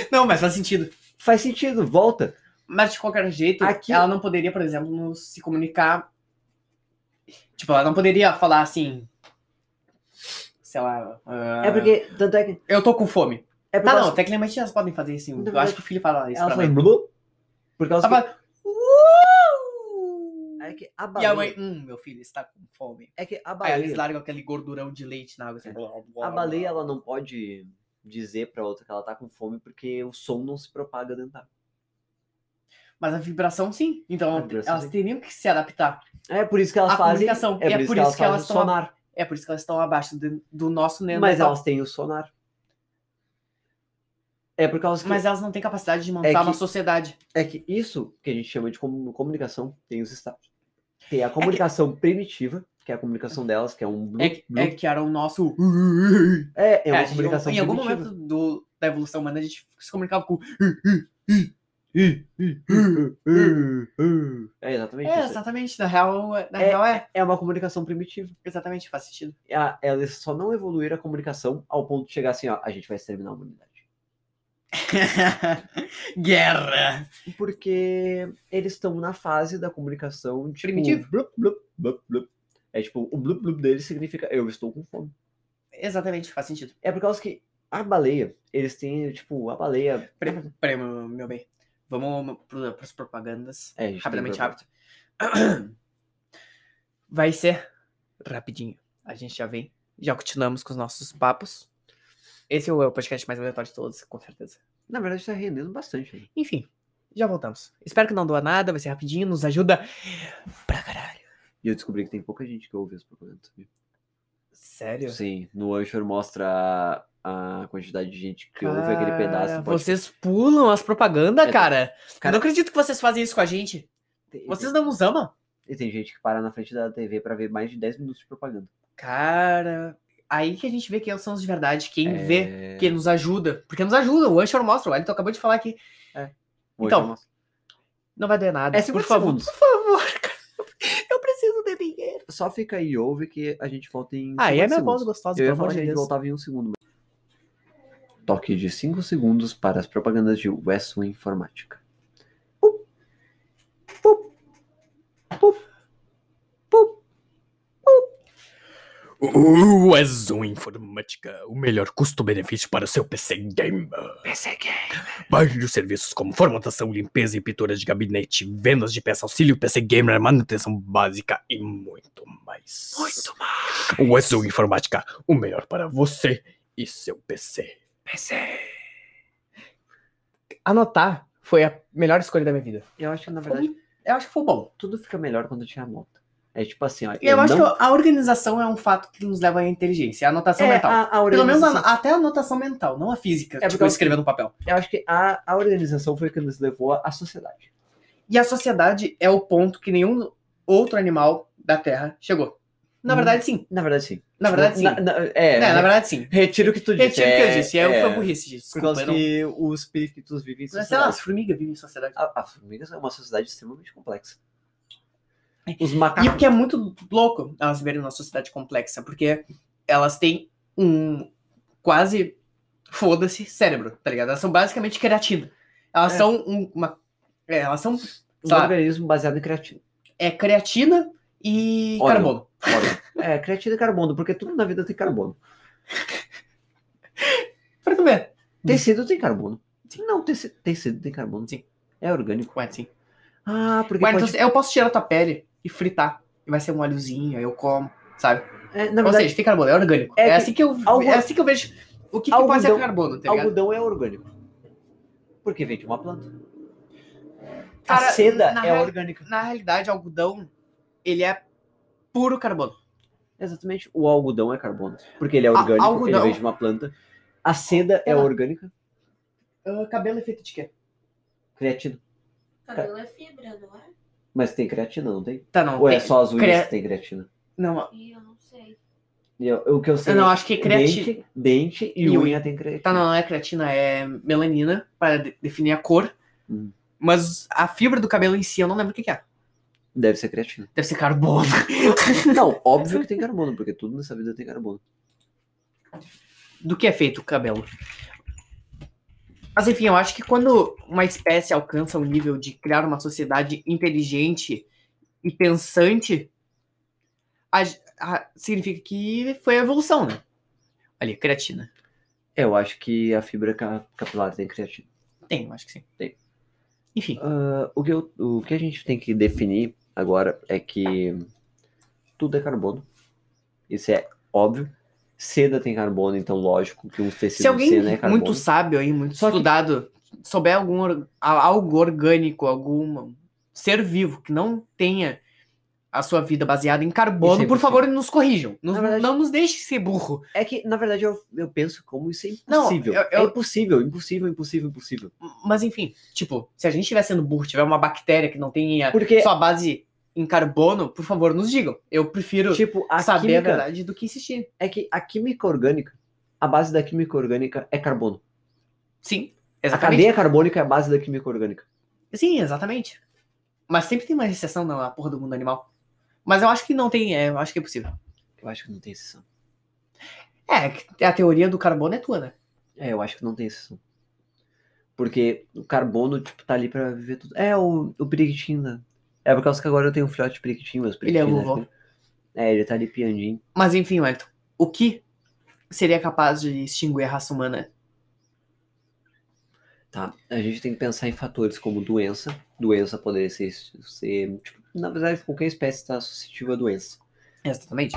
Não, mas faz sentido.
Faz sentido, volta.
Mas de qualquer jeito,
Aqui-
ela não poderia, por exemplo, nos- se comunicar. Tipo, ela não poderia falar assim. Sei lá. ah,
É porque. Tanto é que.
Eu tô com fome.
É por
Tá,
causa-
não, tecnicamente elas podem fazer isso. sim.
Na
Eu acho
verdade,
que o filho fala isso
Ela
pra
faz.
mãe.
blu, blu, Por causa
Ela
que,
fala. "Uh!"
é que a
E a
baleia.
mãe, hum, meu filho está com fome.
É que a
Aí eles
baleia.
largam aquele gordurão de leite na água. Assim.
A baleia ela não pode dizer pra outra que ela tá com fome porque o som não se propaga dentro da água.
Mas a vibração sim. Então
A vibração,
elas
sim.
teriam que se adaptar.
É por isso que elas
A
fazem.
comunicação.
É, por isso que elas fazem
estão ab-
sonar.
É por isso que elas estão abaixo do, do nosso então, Neandertal.
Mas elas têm o sonar. É por causa que,
Mas elas não têm capacidade de montar
É que-
uma sociedade.
é que isso que a gente chama de comu- comunicação tem os estágios. Tem a comunicação primitiva, que é a comunicação delas, que é um blu,
É, que-
blu.
é que era o nosso.
É, é uma
É, a gente-
comunicação
em algum
primitiva.
momento do- da evolução humana a gente se comunicava com.
É exatamente
É,
isso.
exatamente. Na real, é- na real é.
É uma comunicação primitiva.
Exatamente, faz sentido.
a- elas só não evoluíram a comunicação ao ponto de chegar assim, ó, a gente vai exterminar a humanidade.
Guerra!
Porque eles estão na fase da comunicação tipo,
Primitivo.
blup, blup, blup, blup. É tipo, o blup blup deles significa eu estou com fome.
Exatamente, faz sentido.
É por causa que a baleia, eles têm, tipo, a baleia.
Peraí, peraí, meu, meu bem. Vamos para as propagandas.
É, a gente tem
rapidamente,
propaganda.
rápido. Vai ser rapidinho. A gente já vem. Já continuamos com os nossos papos. Esse é o podcast mais aleatório de todos, com certeza.
Na verdade, tá rendendo bastante. né?
Enfim, já voltamos. Espero que não doa nada, vai ser rapidinho, nos ajuda pra caralho.
E eu descobri que tem pouca gente que ouve as propagandas. sabia?
Sério?
Sim, no Anchor mostra a, a quantidade de gente que ouve aquele pedaço.
Cara,
do podcast.
Vocês pulam as propagandas,
É,
cara. Eu
cara-
não acredito que vocês fazem isso com a gente.
Tem-
Vocês não nos amam?
E tem gente que para na frente da TV pra ver mais de 10 minutos de propaganda.
Cara, aí que a gente vê quem são os de verdade, quem vê,
É,
quem nos ajuda. Porque nos ajuda, o Anchor mostra, o Wellington acabou de falar que
hoje
Então,
eu mostro.
não vai doer nada.
É
por
50
favor,
segundos.
por favor, favor, cara. Eu preciso de dinheiro.
Só fica aí, ouve que a gente volta em.
Ah, e é
50
minha
segundos.
voz
Eu
gostosa, pelo
ia
amor
falar que
de
a gente
Deus.
voltava em um segundo. mas- Toque de 5 segundos para as propagandas de Wesson Informática. Pup. Pup. Pup. Pup.
O Azul Informática, o melhor custo-benefício para o seu PC Gamer.
PC Game.
Vários serviços como formatação, limpeza e pintura de gabinete, vendas de peça, auxílio PC Gamer, manutenção básica e muito mais.
Muito
mais. O Azul Informática, o melhor para você e seu PC.
PC.
Anotar foi a melhor escolha da minha vida.
Eu acho que, na verdade,
Eu acho que foi bom.
tudo fica melhor quando tinha nota. É tipo assim, ó.
Eu, acho
não-
que a organização é um fato que nos leva à inteligência, à anotação
É,
mental.
a- a
Pelo menos
organização-
a- até a anotação mental, não a física,
É, porque
tipo,
eu-
escrever no papel.
Eu acho que a, a organização foi que nos levou à sociedade.
E a sociedade é o ponto que nenhum outro animal da Terra chegou. Na
Hum.
verdade, sim.
Na verdade, sim.
Na verdade, sim.
Na- na- é,
É, na verdade, sim.
retiro o que tu disse.
Retiro o que eu disse. É, é, foi burrice, gente.
Por
Desculpa,
causa
eu não...
que os espíritos vivem em
Mas, sei lá,
sociedade.
as formigas vivem em sociedade.
A, a formigas é uma sociedade extremamente complexa.
É.
Os
E o
macacos.
que é muito louco, elas viverem numa sociedade complexa, porque elas têm um quase foda-se cérebro, tá ligado? Elas são basicamente creatina. Elas
É.
são um- uma... é, elas são...
Um
sei lá,
organismo baseado em creatina.
é creatina e
Óleo.
carbono.
Olha, é, creatina e carbono, porque tudo na vida tem carbono.
Pra tu ver.
Tecido tem carbono. Não, teci- tecido tem carbono.
Hum. Sim.
É orgânico.
Ué, sim.
Ah, porque.
Ué,
pode...
assim. então eu posso tirar tua pele e fritar. E vai ser um óleozinho, aí eu como, sabe?
é, na
Ou
verdade,
seja, tem carbono, é orgânico.
É
É,
que
assim que eu,
algo-
é assim que eu vejo o que, que
algodão-
pode ser carbono, tá ligado?
algodão é orgânico. Porque vem de uma planta.
Cara,
a seda
na
é
real-
orgânica.
Na realidade, algodão, ele é puro carbono.
Exatamente. O algodão é carbono. Porque ele é
A-
orgânico, ele
algodão-
vem de uma planta. A seda é
Ah.
orgânica.
Ah, cabelo é feito de quê?
Creatina.
Cabelo é fibra, não é?
Mas tem creatina, não tem?
Tá, não.
Ou é
tem-
só as unhas
crea-
que tem creatina?
Não,
E eu não sei.
E eu- o que eu sei
eu não, acho que é
é
creatina.
dente, dente e,
E
unha,
unha.
tem creatina.
Tá, não, não é creatina, é melanina para de- definir a cor.
Hum.
Mas a fibra do cabelo em si, eu não lembro o que, que é.
Deve ser creatina.
Deve ser carbono.
Não, óbvio que tem carbono, porque tudo nessa vida tem carbono.
do que é feito o cabelo. Mas enfim, eu acho que quando uma espécie alcança o nível de criar uma sociedade inteligente e pensante, a ge- a- significa que foi a evolução, né? Ali, creatina.
É, Eu acho que a fibra ca- capilar tem creatina.
Tem, eu acho que sim.
Tem.
Enfim,
Ah, o, que eu- o que a gente tem que definir agora é que tudo é carbono. Isso é óbvio. Seda tem carbono, então lógico que uns tecidos
se alguém
seda é carbono.
muito sábio aí, muito
Só que-
estudado, souber algum, or- a- algo orgânico, algum ser vivo que não tenha a sua vida baseada em carbono, por
100%.
favor, nos corrijam. Nos-
Na verdade-
não nos deixe ser burro.
É que, na verdade, eu, eu penso como isso é
Não,
impossível.
eu-
É
eu-
impossível, impossível, impossível, impossível.
Mas enfim, tipo, se a gente estiver sendo burro, tiver uma bactéria que não tem a
Porque,
sua base em carbono, por favor, nos digam. Eu né? prefiro
tipo, a
saber a
química...
verdade do que insistir.
É que a química orgânica, a base da química orgânica é carbono.
Sim,
A
exatamente.
cadeia carbônica é a base da química orgânica.
Sim, exatamente. Mas sempre tem uma exceção na porra do mundo animal. Mas eu acho que não tem, é, eu acho que é possível.
Eu acho que não tem exceção.
É, que a teoria do carbono é tua, né?
É, eu acho que não tem exceção. Porque o carbono, tipo, tá ali pra viver tudo. É, o, o periquitinho, né? É por causa que agora eu tenho um filhote de periquitinho, meus
Ele é
periquitinhos,
vovó.
né? É, ele tá ali piandinho.
Mas enfim, Wellington, o que seria capaz de extinguir a raça humana?
Tá, a gente tem que pensar em fatores como doença. Doença poderia ser, ser tipo, na verdade, qualquer espécie está suscetível a doença.
Exatamente.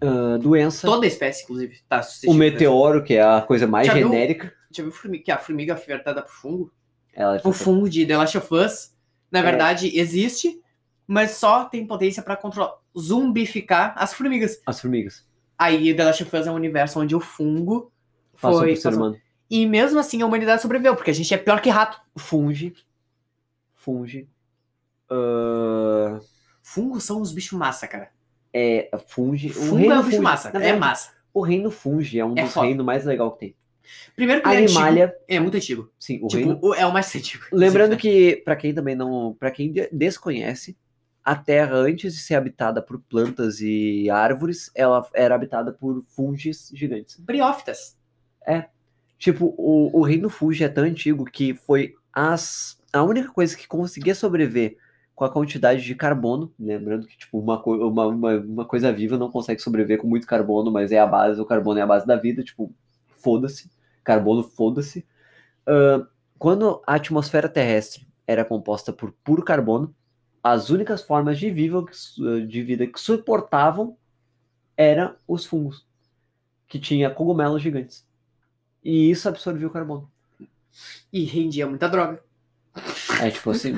Ah, doença,
Toda espécie, inclusive, tá
o
suscetível.
meteoro, que é a coisa mais
Já viu?
genérica.
Já viu formiga, que a formiga afetada por fungo?
Ela é
o fungo de The Last of Us, na
É.
verdade, existe, mas só tem potência pra controlar, zumbificar as formigas.
as formigas.
Aí The Last of Us é um universo onde o fungo
Passou
foi.
pro ser
passou-
humano.
E mesmo assim a humanidade sobreviveu, porque a gente é pior que rato.
Funge. Funge. Ah,
Fungos são uns bichos massa, cara.
é, funge. o
Fungo
reino
é um bicho
funge.
massa.
Na
É
verdade,
massa.
O reino funge é um
É
dos
foda.
reinos mais legal que tem.
Primeiro que ele é antigo.
Animalia,
É muito antigo.
sim, o
tipo,
reino.
o- é o mais antigo.
Lembrando que,
que
pra quem também não. para quem de- desconhece, a Terra, antes de ser habitada por plantas e árvores, ela era habitada por fungis gigantes.
Briófitas.
Tipo, o, o reino Fuji é tão antigo que foi as, a única coisa que conseguia sobreviver com a quantidade de carbono. Lembrando que, tipo, uma, co- uma, uma, uma coisa viva não consegue sobreviver com muito carbono, mas é a base, o carbono é a base da vida, tipo, foda-se. Carbono, foda-se. Ahn, quando a atmosfera terrestre era composta por puro carbono, as únicas formas de, viva, que su- de vida que suportavam eram os fungos, que tinha cogumelos gigantes. E isso absorveu o carbono.
E rendia muita droga.
É tipo assim.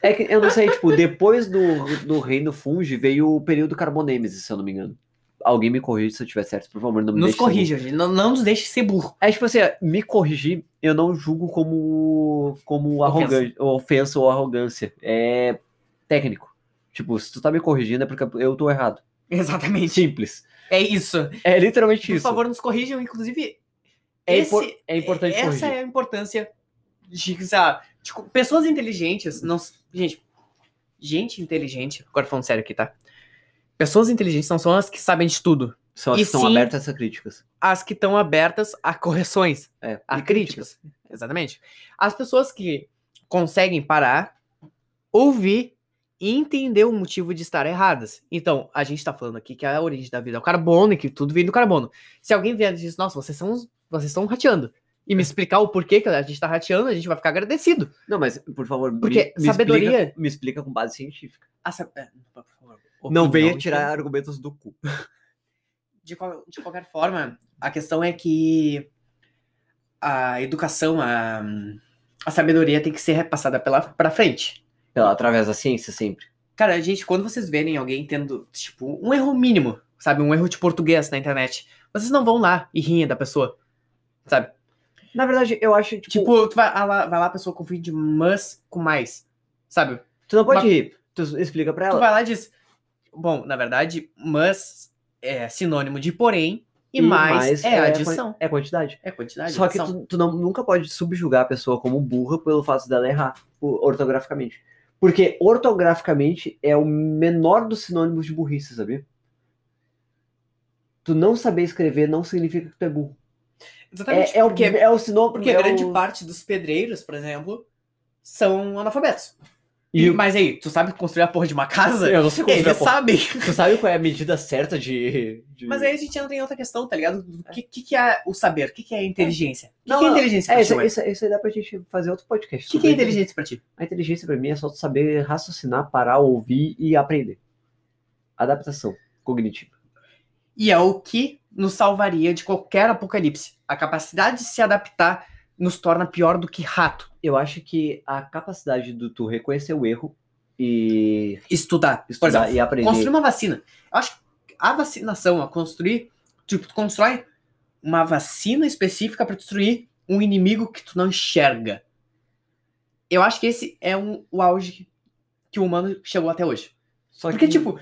É que eu não sei, tipo, depois do, do reino Fungi veio o período Carbonêmesis, se eu não me engano. Alguém me corrige se eu tiver certo, por favor, não me
Nos
deixe ser burro.
corrija, gente. Não, não nos deixe ser burro.
É tipo assim, me corrigir eu não julgo como, como
Ofensa.
arrogante, ofensa ou arrogância. É técnico. Tipo, se tu tá me corrigindo é porque eu tô errado.
Exatamente.
Simples.
É isso.
É literalmente
Por
isso.
favor, nos corrijam. Inclusive,
é,
esse-
impor- é importante
essa
corrigir.
é a importância de, sei lá, de co- pessoas inteligentes. Não, s- gente, gente inteligente. Agora falando sério aqui, tá? Pessoas inteligentes não são as que sabem de tudo.
Só que
e
estão
sim-
abertas a críticas.
As que estão abertas a correções.
É,
a
e
críticas. Exatamente. As pessoas que conseguem parar, ouvir e entender o motivo de estar erradas. Então, a gente tá falando aqui que a origem da vida é o carbono e que tudo vem do carbono. Se alguém vier e diz, nossa, vocês são uns- vocês estão rateando. E me explicar o porquê que a gente tá rateando, a gente vai ficar agradecido.
Não, mas, por favor, me-
Porque
me,
sabedoria-
Explica, me explica com base científica.
Ah, sabe- é, por favor,
não então.
opinião
venha
de-
tirar argumentos do cu.
De, qual- de qualquer forma, a questão é que a educação, a, a sabedoria tem que ser repassada pela, pra frente.
Ela através da ciência sempre.
Cara, gente, quando vocês verem alguém tendo, tipo, um erro mínimo, sabe? Um erro de português na internet, vocês não vão lá e riem da pessoa, sabe?
Na verdade, eu acho, tipo,
Tipo, tu vai ah lá, vai lá a pessoa confunde de mas com mais, sabe?
tu não pode
mas-
rir. Tu explica pra
Tu
ela.
vai lá e diz, bom, na verdade, mas é sinônimo de porém e,
E
mais, é,
a
adição.
quan- É quantidade.
É quantidade,
Só que
adição.
tu, tu não- nunca pode subjugar a pessoa como burra pelo fato dela errar o- ortograficamente. Porque ortograficamente é o menor dos sinônimos de burrice, sabia? Tu não saber escrever não significa que tu é burro.
Exatamente,
É, é, o,
porque,
é o sinônimo.
porque
é
grande
o...
parte dos pedreiros, por exemplo, são analfabetos.
E
E,
o-
mas aí, tu sabe construir a porra de uma casa?
Eu não sei como
Eles
escrever, pô.
sabem.
Tu sabe qual é a medida certa de. de-
Mas é aí a gente entra em outra questão, tá ligado? O que, que, que é o saber? O que, que é a inteligência? O que,
Não,
que é
não.
inteligência
É,
pra ti,
isso,
Wes?
isso, isso aí dá pra gente fazer outro podcast.
O que, que
sobre
é
isso.
inteligência pra ti?
A inteligência pra mim é só tu saber raciocinar, parar, ouvir e aprender. Adaptação cognitiva.
E é o que nos salvaria de qualquer apocalipse. A capacidade de se adaptar nos torna pior do que rato.
Eu acho que a capacidade do tu reconhecer o erro e
Estudar. Por
estudar
exemplo,
e aprender.
construir uma vacina. Eu acho que a vacinação, a construir. Tipo, tu constrói uma vacina específica pra destruir um inimigo que tu não enxerga. Eu acho que esse é um, o auge que o humano chegou até hoje.
Só
Porque,
que,
tipo.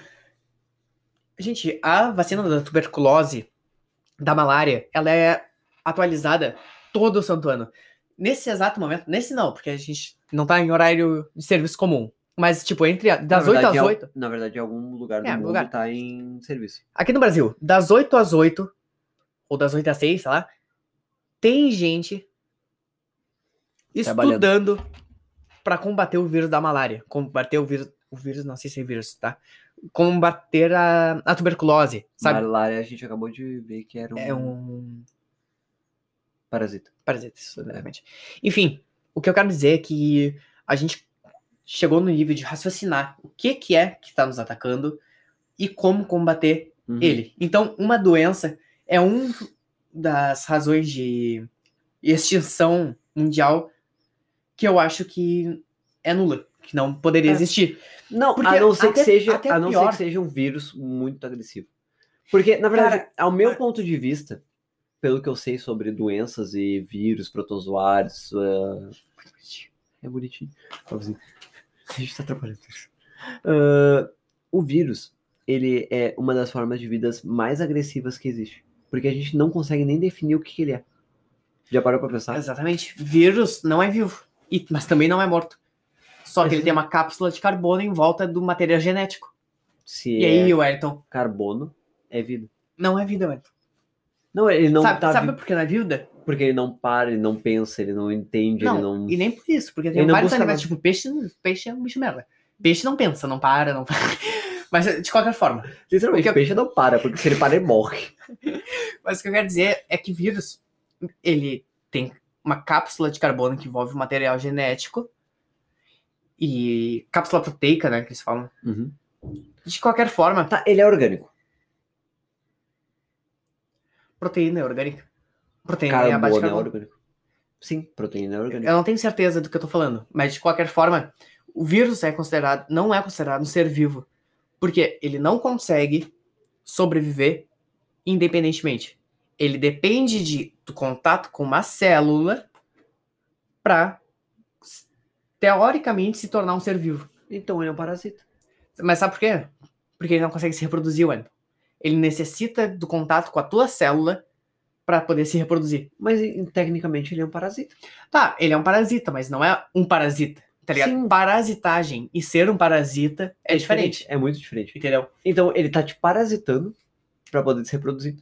Gente, a vacina da tuberculose, da malária, ela é atualizada todo o santo ano. Nesse exato momento, nesse não, porque a gente não tá em horário de serviço comum. Mas, tipo, entre a- das
na verdade,
8 às
é um em al-
8.
Na verdade, em algum lugar do
É,
mundo
lugar.
tá em serviço.
Aqui no Brasil, das 8 às 8, ou das 8 às 6, sei lá, tem gente
Trabalhando.
estudando pra combater o vírus da malária. Combater o vírus. O vírus, não sei se é vírus, tá? Combater a, a tuberculose, sabe?
Malária a gente acabou de ver que era um,
É um
parasita.
parasita, isso, exatamente. Enfim, o que eu quero dizer é que a gente chegou no nível de raciocinar o que, que é que está nos atacando e como combater
Uhum.
ele. Então, uma doença é um das razões de extinção mundial que eu acho que é nula, que não poderia
É.
existir.
Não,
Porque
a não ser
até-
que seja,
até
a não ser
pior.
que seja um vírus muito agressivo. Porque, na verdade, ao meu
a-
ponto de vista, pelo que eu sei sobre doenças e vírus, protozoários, ah, é bonitinho. Talvez- A gente tá atrapalhando isso. Ah, o vírus, ele é uma das formas de vidas mais agressivas que existe. Porque a gente não consegue nem definir o que, que ele é. Já parou pra pensar?
Exatamente. Vírus não é vivo, e- mas também não é morto. Só
Mas
que ele
isso-
tem uma cápsula de carbono em volta do material genético.
Se
E aí, o
é
Ayrton,
carbono, é vida.
não é vida, Ayrton.
Não, ele não
sabe
tá
sabe
vi-
por que não é vida?
porque ele não para, ele não pensa, ele não entende, ele
Não,
não.
e nem por isso, porque
Ele
tem
não
vários
busca
animais, tipo, peixe, peixe é um bicho merda. Peixe não pensa, não para, não Mas de qualquer forma,
Sinceramente,
porque-
o peixe não para, porque se ele para, ele morre.
Mas o que eu quero dizer é que vírus, ele tem uma cápsula de carbono que envolve o material genético e cápsula proteica, né, que eles falam. De qualquer forma,
Tá, ele é orgânico.
proteína é orgânica. Proteína é a base
Carbono é
de carbono.
orgânico. Sim, proteína é orgânica.
Eu não tenho certeza do que eu tô falando, mas de qualquer forma, o vírus é considerado, não é considerado um ser vivo, porque ele não consegue sobreviver independentemente. Ele depende de, do contato com uma célula para teoricamente se tornar um ser vivo.
Então ele é um parasita.
Mas sabe por quê? Porque ele não consegue se reproduzir, Wendel. Ele necessita do contato com a tua célula para poder se reproduzir.
Mas e- tecnicamente ele é um parasita.
Tá, ele é um parasita, mas não é um parasita, tá ligado?
Sim.
Parasitagem e ser um parasita é, diferente,
É muito diferente.
entendeu?
Então ele tá te parasitando pra poder se reproduzir.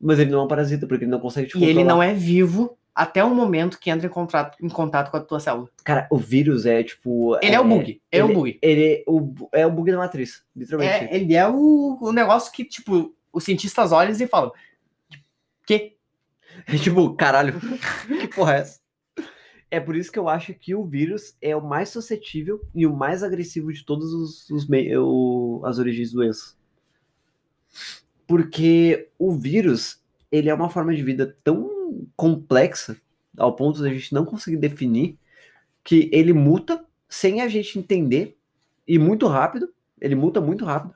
Mas ele não é um parasita, porque ele não consegue te
E ele
controlar.
não é vivo até o momento que entra em contato, em contato com a tua célula.
Cara, o vírus é tipo.
Ele é, o bug, é o bug.
Ele é o, bu- é o bug da matriz, literalmente.
É, ele é o, o negócio que, tipo, os cientistas olham e falam, que?
É tipo, caralho, que porra é essa? É por isso que eu acho que o vírus é o mais suscetível e o mais agressivo de todas os, os mei- o- as origens de doença. Porque o vírus, ele é uma forma de vida tão complexa, ao ponto da gente não conseguir definir, que ele muta sem a gente entender, e muito rápido, ele muta muito rápido,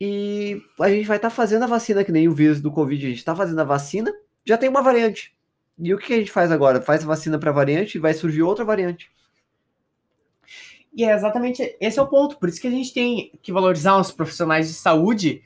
e a gente vai estar fazendo a vacina, que nem o vírus do Covid, a gente está fazendo a vacina, já tem uma variante. E o que a gente faz agora? Faz vacina para variante e vai surgir outra variante.
E é exatamente esse é o ponto. Por isso que a gente tem que valorizar os profissionais de saúde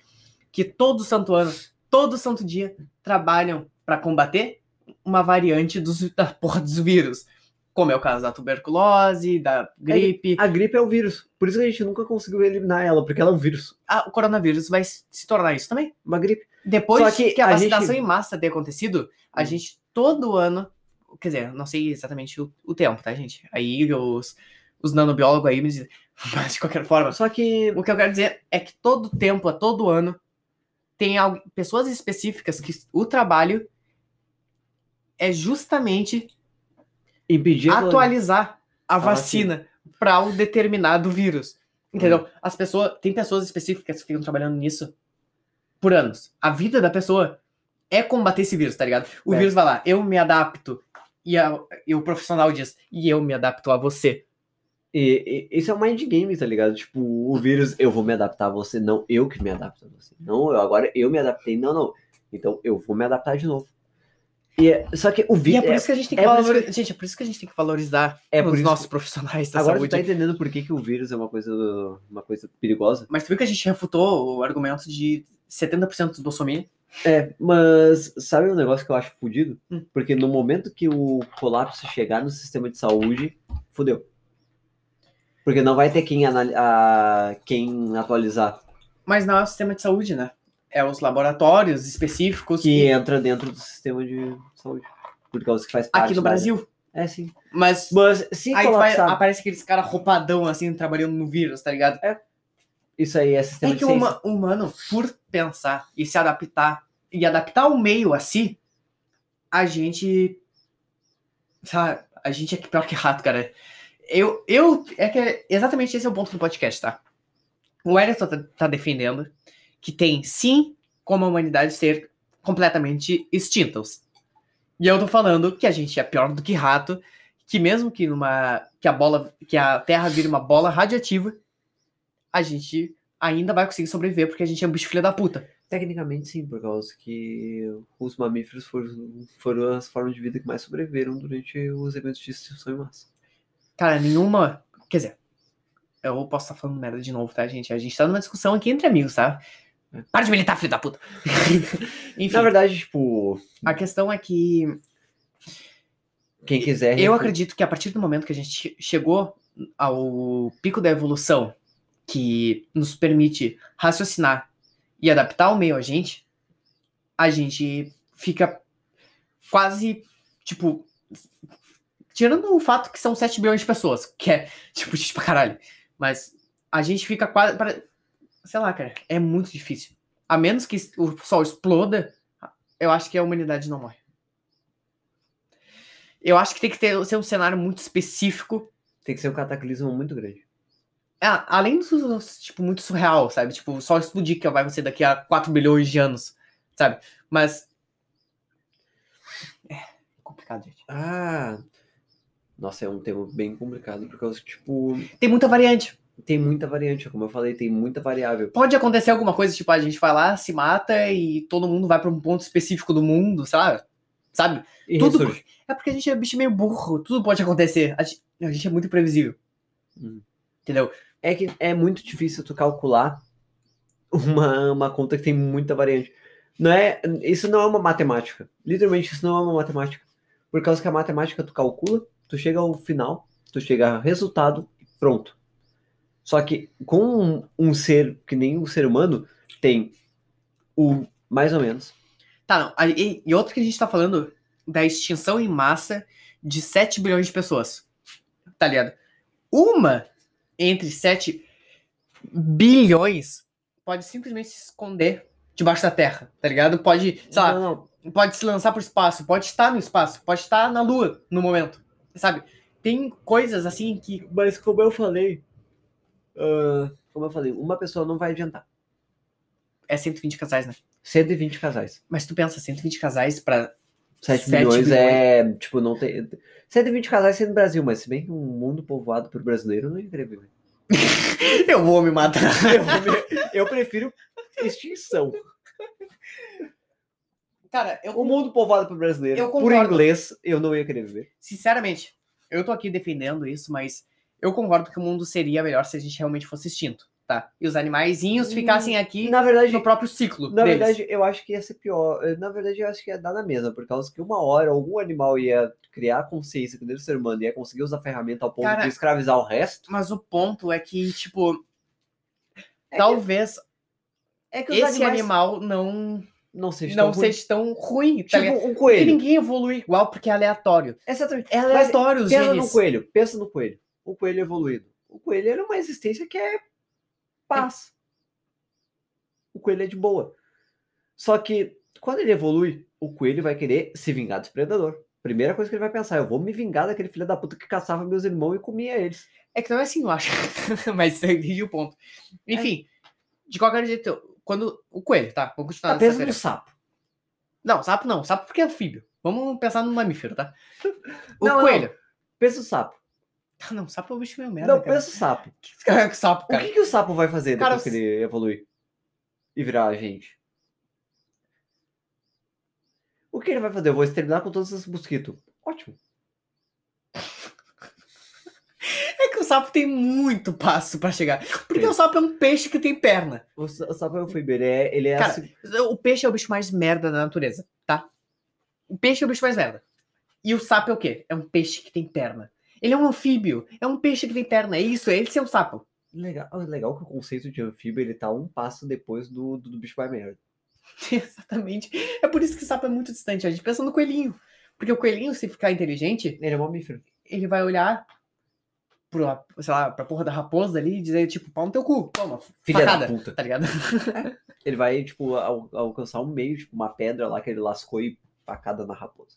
que todo santo ano, todo santo dia, trabalham para combater uma variante dos, da porra dos vírus. Como é o caso da tuberculose, da gripe.
A gripe é o vírus. Por isso que a gente nunca conseguiu eliminar ela, porque ela é um vírus.
Ah, o coronavírus vai se tornar isso também.
Uma gripe.
Depois
Só
que,
que
a
a gente-
vacinação em massa ter acontecido, a gente todo ano. Quer dizer, não sei exatamente o, o tempo, tá, gente? Aí os, os nanobiólogos aí me dizem. Mas de qualquer forma,
Só que.
O que eu quero dizer é que todo tempo, a todo ano, tem al- pessoas específicas que o trabalho é justamente
Impedir. a-
atualizar a,
A
vacina, para um determinado vírus. Entendeu? As pessoas, tem pessoas específicas que ficam trabalhando nisso por anos. A vida da pessoa é combater esse vírus, tá ligado? O
É.
vírus vai lá, eu me adapto. E, a- e o profissional diz, e eu me adapto a você.
E, e- isso é um mind game, tá ligado? Tipo, o vírus, eu vou me adaptar a você. Não, eu que me adapto a você. Não, eu agora eu me adaptei. Não, não. Então eu vou me adaptar de novo. E é- só que o
E é
vírus.
por isso que a gente tem que
é por isso
valorizar. Gente, é por isso que a gente tem que valorizar
É por
os
isso-
nossos profissionais da
agora
saúde.
tu tá entendendo por que, que o vírus é uma coisa, uma coisa perigosa?
Mas tu viu que a gente refutou o argumento de 70% dos bolsominions?
É, mas sabe um negócio que eu acho fodido?
Hum.
Porque no momento que o colapso chegar no sistema de saúde, fodeu. Porque não vai ter quem, anali- a- quem atualizar
Mas não é o sistema de saúde, né? É os laboratórios específicos
que
que-
entra dentro do sistema de saúde. Por causa que faz parte.
aqui no
da-
Brasil.
É, sim.
Mas
Mas se
aí vai,
colapsar,
aparece aqueles caras roupadão assim, trabalhando no vírus, tá ligado?
isso aí é sistema
É
de
que o
ciência.
huma- humano, por pensar e se adaptar, e adaptar o meio a si, a gente. Sabe? A gente é que pior que rato, cara. Eu. eu é que exatamente esse é o ponto do podcast, tá? O Erickson tá, tá defendendo que tem, sim, como a humanidade ser completamente extintos. E eu tô falando que a gente é pior do que rato, que mesmo que numa que a bola, que a Terra vire uma bola radioativa, a gente ainda vai conseguir sobreviver porque a gente é um bicho filha da puta.
Tecnicamente, sim, por causa que os mamíferos foram, foram as formas de vida que mais sobreviveram durante os eventos de extinção em massa.
Cara, nenhuma. Quer dizer, eu posso estar falando merda de novo, tá, gente? A gente tá numa discussão aqui entre amigos, tá? Para de militar, filho da puta! Enfim,
Na verdade, tipo,
a questão é que
quem quiser. refu-
eu
É
acredito que a partir do momento que a gente chegou ao pico da evolução que nos permite raciocinar e adaptar o meio a gente, a gente fica quase, tipo, tirando o fato que são 7 bilhões de pessoas, que é, tipo, gente pra caralho, mas a gente fica quase, pra- sei lá, cara, é muito difícil. A menos que o sol exploda, eu acho que a humanidade não morre. Eu acho que tem que ter, ser um cenário muito específico
Tem que ser um cataclismo muito grande.
é, além do tipo, muito surreal, sabe? Tipo, só explodir que vai acontecer daqui a 4 bilhões de anos, sabe? Mas. É complicado, gente.
Ah. Nossa, é um tema bem complicado, porque, tipo,
Tem muita variante.
tem muita variante, como eu falei, tem muita variável.
Pode acontecer alguma coisa, tipo, a gente vai lá, se mata e todo mundo vai pra um ponto específico do mundo, sabe? Sabe?
E
Tudo-
ressurge.
É porque a gente é bicho meio burro, tudo pode acontecer. A gente, a gente é muito previsível.
Hum.
Entendeu?
É que é muito difícil tu calcular uma, uma conta que tem muita variante. Não é, isso não é uma matemática. Literalmente, isso não é uma matemática. Por causa que a matemática tu calcula, tu chega ao final, tu chega ao resultado e pronto. Só que com um, um ser que nem um ser humano tem o mais ou menos.
Tá, não. a- E, e outra que a gente tá falando da extinção em massa de 7 bilhões de pessoas. Tá ligado? Uma entre 7 bilhões pode simplesmente se esconder debaixo da terra, tá ligado? Pode, sei lá,
Não, não,
pode se lançar pro espaço, pode estar no espaço, pode estar na lua no momento, sabe? Tem coisas assim que.
mas como eu falei, ah, como eu falei, uma pessoa não vai adiantar.
É 120 casais, né?
120 casais.
Mas tu pensa, 120 casais pra.
7
Sete
milhões
bilhões.
é, tipo, não tem... 120 casais sendo no Brasil, mas se bem que um mundo povoado por brasileiro não é incrível. né?
Eu vou me matar.
Eu, vou me- eu prefiro extinção.
Cara, eu
Um mundo povoado por brasileiro,
Eu
por
concordo.
inglês, eu não ia querer viver.
sinceramente, eu tô aqui defendendo isso, mas eu concordo que o mundo seria melhor se a gente realmente fosse extinto, tá? E os animaizinhos
Hum,
ficassem
E,
aqui
na verdade,
no próprio ciclo
na
deles.
verdade, eu acho que ia ser pior. Eh, Na verdade, eu acho que ia dar na mesma, por causa que uma hora algum animal ia criar a consciência que deve ser humano ia conseguir usar a ferramenta ao ponto
Cara-
de escravizar o resto.
Mas o ponto é que, tipo,
É que-
talvez
É que
esse animal não,
não seja
não
tão ruim.
seja tão ruim, tá ligado?
Tipo um
Porque
coelho.
ninguém evolui igual porque é aleatório.
Exatamente.
É
Mas
aleatório os
Pensa
genes.
no coelho, pensa no coelho. O coelho evoluído. O coelho era uma existência que é paz. O coelho é de boa. Só que quando ele evolui, o coelho vai querer se vingar do predador. Primeira coisa que ele vai pensar, eu vou me vingar daquele filho da puta que caçava meus irmãos e comia eles.
É que não é assim, eu acho. Mas você entende o ponto.
É.
Enfim, de qualquer jeito, quando. O coelho, tá? Vou continuar
Tá,
nessa
pensa
teoria.
no sapo.
Não, sapo não. Sapo porque é anfíbio. Vamos pensar no mamífero, tá? O
Não, não.
coelho.
Pensa no sapo.
Ah, não, sapo é um bicho meio merda,
Não,
cara.
pensa no sapo.
O que que é que sapo,
O
cara?
que, que o sapo vai fazer
Cara,
depois que ele evoluir? E virar a gente? O que ele vai fazer? Eu vou exterminar com todos esses mosquitos. Ótimo.
É que o sapo tem muito passo pra chegar. Porque
Tem.
o sapo é um peixe que tem perna.
O sa- o sapo é o Fiber, ele é, ele é
Cara,
assim-
O peixe é o bicho mais merda da natureza, tá? O peixe é o bicho mais merda. E o sapo é o quê? É um peixe que tem perna. Ele é um anfíbio. É um peixe que tem perna. É isso, é ele ser um sapo.
legal, ah, legal que o conceito de anfíbio ele tá um passo depois do, do, do bicho mais merda.
Exatamente. É por isso que o sapo é muito distante. A gente pensa no coelhinho. Porque o coelhinho, se ficar inteligente,
Ele é um mamífero.
ele vai olhar pro, rap- sei lá, pra porra da raposa ali e dizer, tipo, pau no teu cu, toma,
Filha
facada,
da puta.
tá ligado?
Ele vai, tipo, al- alcançar um meio, tipo, uma pedra lá que ele lascou e facada na raposa.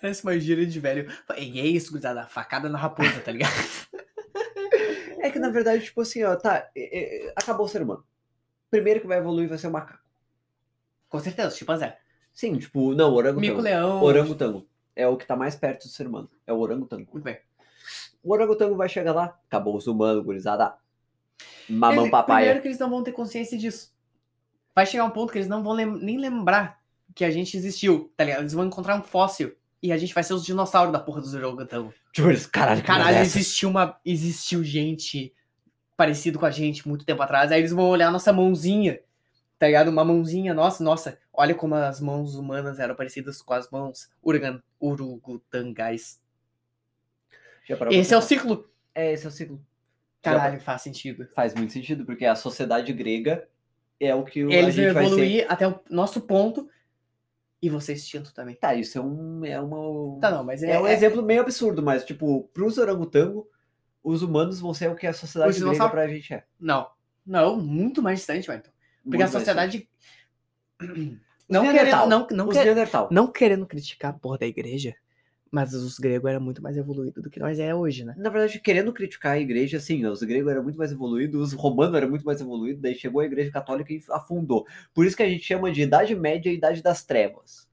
Parece uma gíria de velho. E é isso, gurizada, facada na raposa, tá ligado?
É
Hum.
que, na verdade, tipo assim, ó, tá, é- é- acabou o ser humano. Primeiro que vai evoluir vai ser o macaco.
Com certeza, chimpanzé.
Sim, tipo, não,
Mico
orangotango.
leão.
Orangotango. É o que tá mais perto do ser humano. É o orangotango.
Muito bem.
O orangotango vai chegar lá, acabou os humanos, gurizada. Mamão
Ele-
papaya.
Primeiro que eles não vão ter consciência disso. Vai chegar um ponto que eles não vão lem- nem lembrar que a gente existiu, tá ligado? Eles vão encontrar um fóssil e a gente vai ser os dinossauros da porra dos orangotangos.
Tipo, eles, caralho, que merda
Caralho,
é essa?
existiu uma. Existiu gente parecido com a gente muito tempo atrás. Aí eles vão olhar a nossa mãozinha. tá ligado? Uma mãozinha nossa, nossa, olha como as mãos humanas eram parecidas com as mãos urgan- urugutangais.
Já parou pra
Esse é o
pensar?
ciclo.
É, esse é o ciclo. Já
Caralho, faz sentido.
Faz muito sentido, porque a sociedade grega é o que o- a
Eles
gente
vão
vai ser.
evoluir até o nosso ponto e você extinto também.
Tá, isso é um. É, uma,
Tá, não, mas é,
é um
é-
exemplo meio absurdo, mas, tipo, pros orangotango, os humanos vão ser o que a sociedade
Os
grega
dinossauros.
pra gente é.
Não, não, muito mais distante, Marton. Porque
Muito
a
mais
sociedade.
Os
Não querendo,
Neandertal.
não, não,
Os
quer-
Neandertal.
não querendo criticar a porra da igreja, mas os gregos eram muito mais evoluídos do que nós é hoje, né?
Na verdade, querendo criticar a igreja, assim, os gregos eram muito mais evoluídos, os romanos eram muito mais evoluídos, daí chegou a igreja católica e afundou. Por isso que a gente chama de Idade Média e Idade das Trevas.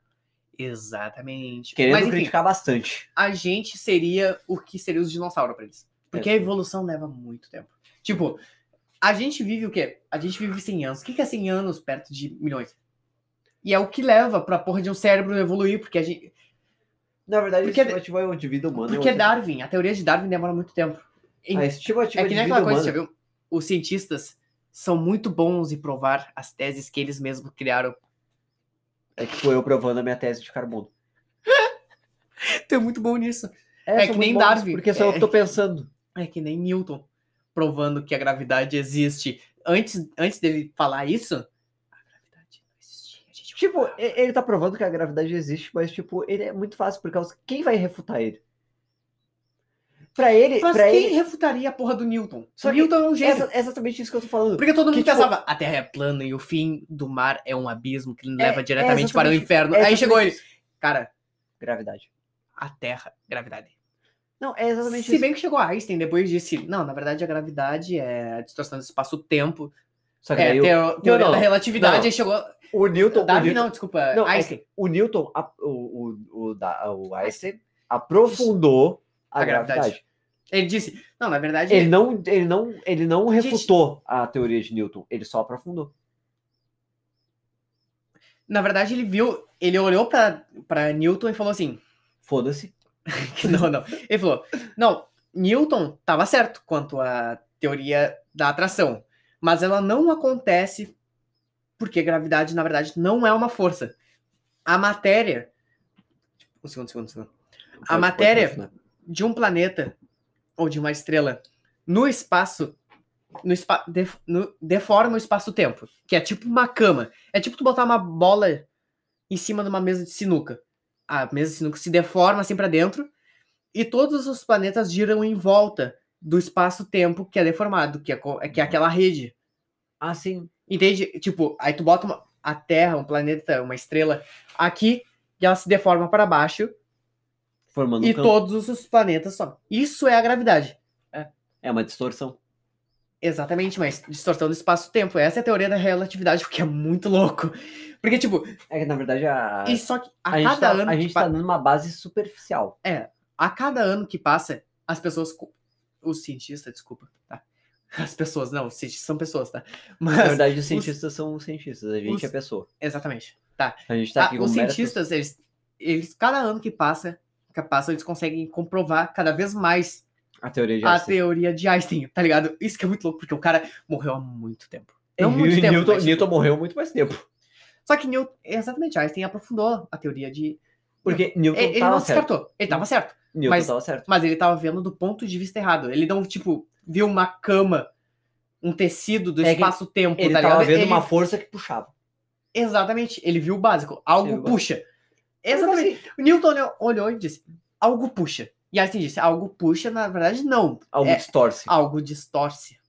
Exatamente.
Querendo
mas enfim,
criticar bastante.
a gente seria o que seria os dinossauros pra eles. Porque a
Exato.
evolução leva muito tempo. Tipo, a gente vive o quê? A gente vive 100 anos. O que que é 100 anos perto de milhões? E é o que leva pra porra de um cérebro evoluir, porque a gente.
Na verdade,
Porque-
a estimativa é o indivíduo humano. é
Porque
outra-
Darwin, a teoria de Darwin demora muito tempo.
A estimativa
É que
Ah, tipo, de
nem
vida
aquela coisa, já
humana-
viu? Os cientistas são muito bons em provar as teses que eles mesmos criaram.
É tipo eu provando a minha tese de carbono.
Tu é muito bom nisso. É
sou
que
muito
nem
bom
Darwin.
nisso, Porque só eu
É.
tô pensando.
É que nem Newton provando que a gravidade existe. Antes, antes dele falar isso, a gravidade não existia. a gente-
Tipo, e- ele tá provando que a gravidade existe, mas, tipo, ele é muito fácil, porque quem vai refutar ele? Pra ele,
Mas
pra
quem
ele,
refutaria a porra do Newton?
Só
o
que-
Newton é um
é
gênio.
exa- exatamente isso que eu tô falando.
Porque todo
que,
mundo
tipo,
pensava, a Terra é plana e o fim do mar é um abismo que leva
é
diretamente para o
exatamente-
inferno.
é
Aí chegou ele,
exatamente
cara,
Gravidade.
a Terra, gravidade.
Não, é exatamente
Se
isso.
bem que chegou Einstein depois disse, não, na verdade a gravidade é a distorção do espaço-tempo,
Só que
é
daí
a
o,
teo- teoria
não,
da
não.
relatividade,
Não.
aí chegou...
o Newton, o
Darwin
Newton,
não, desculpa,
Não, é
Einstein.
o, Newton a- o, o, o, da- o Einstein aprofundou a,
A gravidade.
gravidade.
Ele disse, não, na verdade...
Ele não, ele não, ele não
Gente-
refutou a teoria de Newton, ele só aprofundou.
Na verdade, ele viu, ele olhou pra, pra Newton e falou assim:
Foda-se.
não, não. Ele falou: não, Newton tava certo quanto à teoria da atração, mas ela não acontece porque gravidade, na verdade, não é uma força. A matéria. Um segundo, um segundo, um segundo.
Pode-
matéria-
pode continuar.
de um planeta ou de uma estrela no espaço no espa def- no- deforma o espaço-tempo, que é tipo uma cama. É tipo tu botar uma bola em cima de uma mesa de sinuca. A mesa de sinuca se deforma assim para dentro e todos os planetas giram em volta do espaço-tempo que é deformado, que é, co- que é aquela rede.
Ah, sim.
Entende? Tipo, aí tu bota uma- a Terra, um planeta, uma estrela aqui e ela se deforma para baixo
Formando
e
um campo.
todos os planetas sobem. Isso é a gravidade.
É uma distorção.
Exatamente, mas distorção do espaço-tempo. Essa é a teoria da relatividade, porque é muito louco. Porque, tipo,
É que, na verdade, a,
e só que a,
a gente,
cada
tá,
ano
a
que
gente
pa-
tá numa base superficial.
a cada ano que passa, as pessoas. co- Os cientistas, desculpa, tá? As pessoas, não, os cientistas são pessoas, tá?
Na
Mas.
verdade, os cientistas são os cientistas, a gente
os-
é pessoa.
Exatamente.
A gente tá
Ah,
aqui com
os
meras
cientistas, eles, eles, cada ano que passa, que passa, eles conseguem comprovar cada vez mais
pessoas. A teoria de
a
Einstein.
teoria de Einstein, tá ligado? Isso que é muito louco, porque o cara morreu há muito tempo.
E
Não muito tempo,
Newton,
mas, tipo,
Newton morreu muito mais tempo.
Só que Newton, exatamente, Einstein aprofundou a teoria de.
Porque Newton
É, Ele, ele
tava
não
certo.
descartou, ele tava certo.
Newton
mas-
tava certo.
Mas ele tava vendo do ponto de vista errado. Ele não, tipo, viu uma cama, um tecido do
É que
espaço-tempo,
Ele
tá
tava
ligado?
vendo
Ele-
uma força que puxava.
Exatamente, ele viu o básico. Algo
Ele viu o
puxa.
assim,
Exatamente. Newton olhou, olhou e disse: algo puxa. E Einstein disse: algo puxa, na verdade, não.
Algo
É,
distorce.
algo distorce.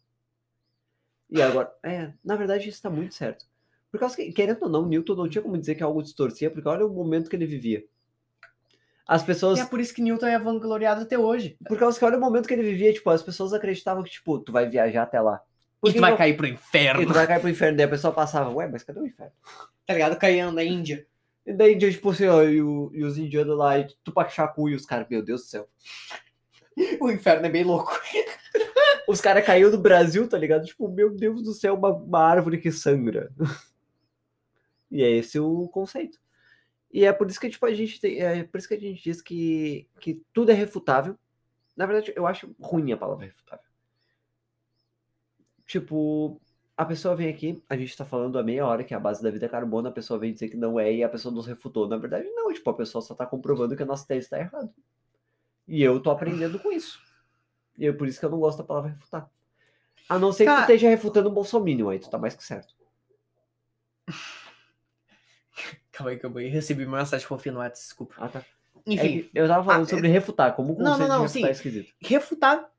E agora, é, na verdade, isso tá muito certo. Por causa que, querendo ou não, Newton não tinha como dizer que algo distorcia, porque olha o momento que ele vivia. As pessoas
E é por isso que Newton é vangloriado até hoje.
Por causa que olha o momento que ele vivia, tipo, as pessoas acreditavam que, tipo, tu vai viajar até lá.
E
que
tu vai
não?
cair pro
E tu
inferno.
vai cair pro inferno. Daí a pessoa passava, ué, mas cadê o inferno?
Tá ligado? Caindo na Índia.
E daí, tipo assim, ó, e, o- e os indianos lá, e Tupac-Shakur e os caras, meu Deus do céu.
O inferno é bem louco.
Os caras caiu do Brasil, tá ligado? Tipo, meu Deus do céu, uma, uma árvore que sangra. e é esse o conceito. E é por isso que, tipo, a gente tem, é por isso que a gente diz que, que tudo é refutável. Na verdade, eu acho ruim a palavra refutável. Tipo, A pessoa vem aqui, a gente tá falando há meia hora que a base da vida é carbono, a pessoa vem dizer que não é e a pessoa nos refutou. Na verdade, não, tipo, a pessoa só tá comprovando que a nossa tese está errada. tá E eu tô aprendendo com isso. E eu, por isso que eu não gosto da palavra refutar. A não ser que tu
Cara-
esteja refutando um bolsominion, aí tu tá mais que certo.
Calma aí, calma aí. Recebi uma mensagem fofinha no WhatsApp, desculpa.
Ah, tá. É
Enfim,
que eu tava falando
ah,
sobre refutar, como o
Não, não,
conceito de
não,
refutar
sim.
é esquisito.
refutar.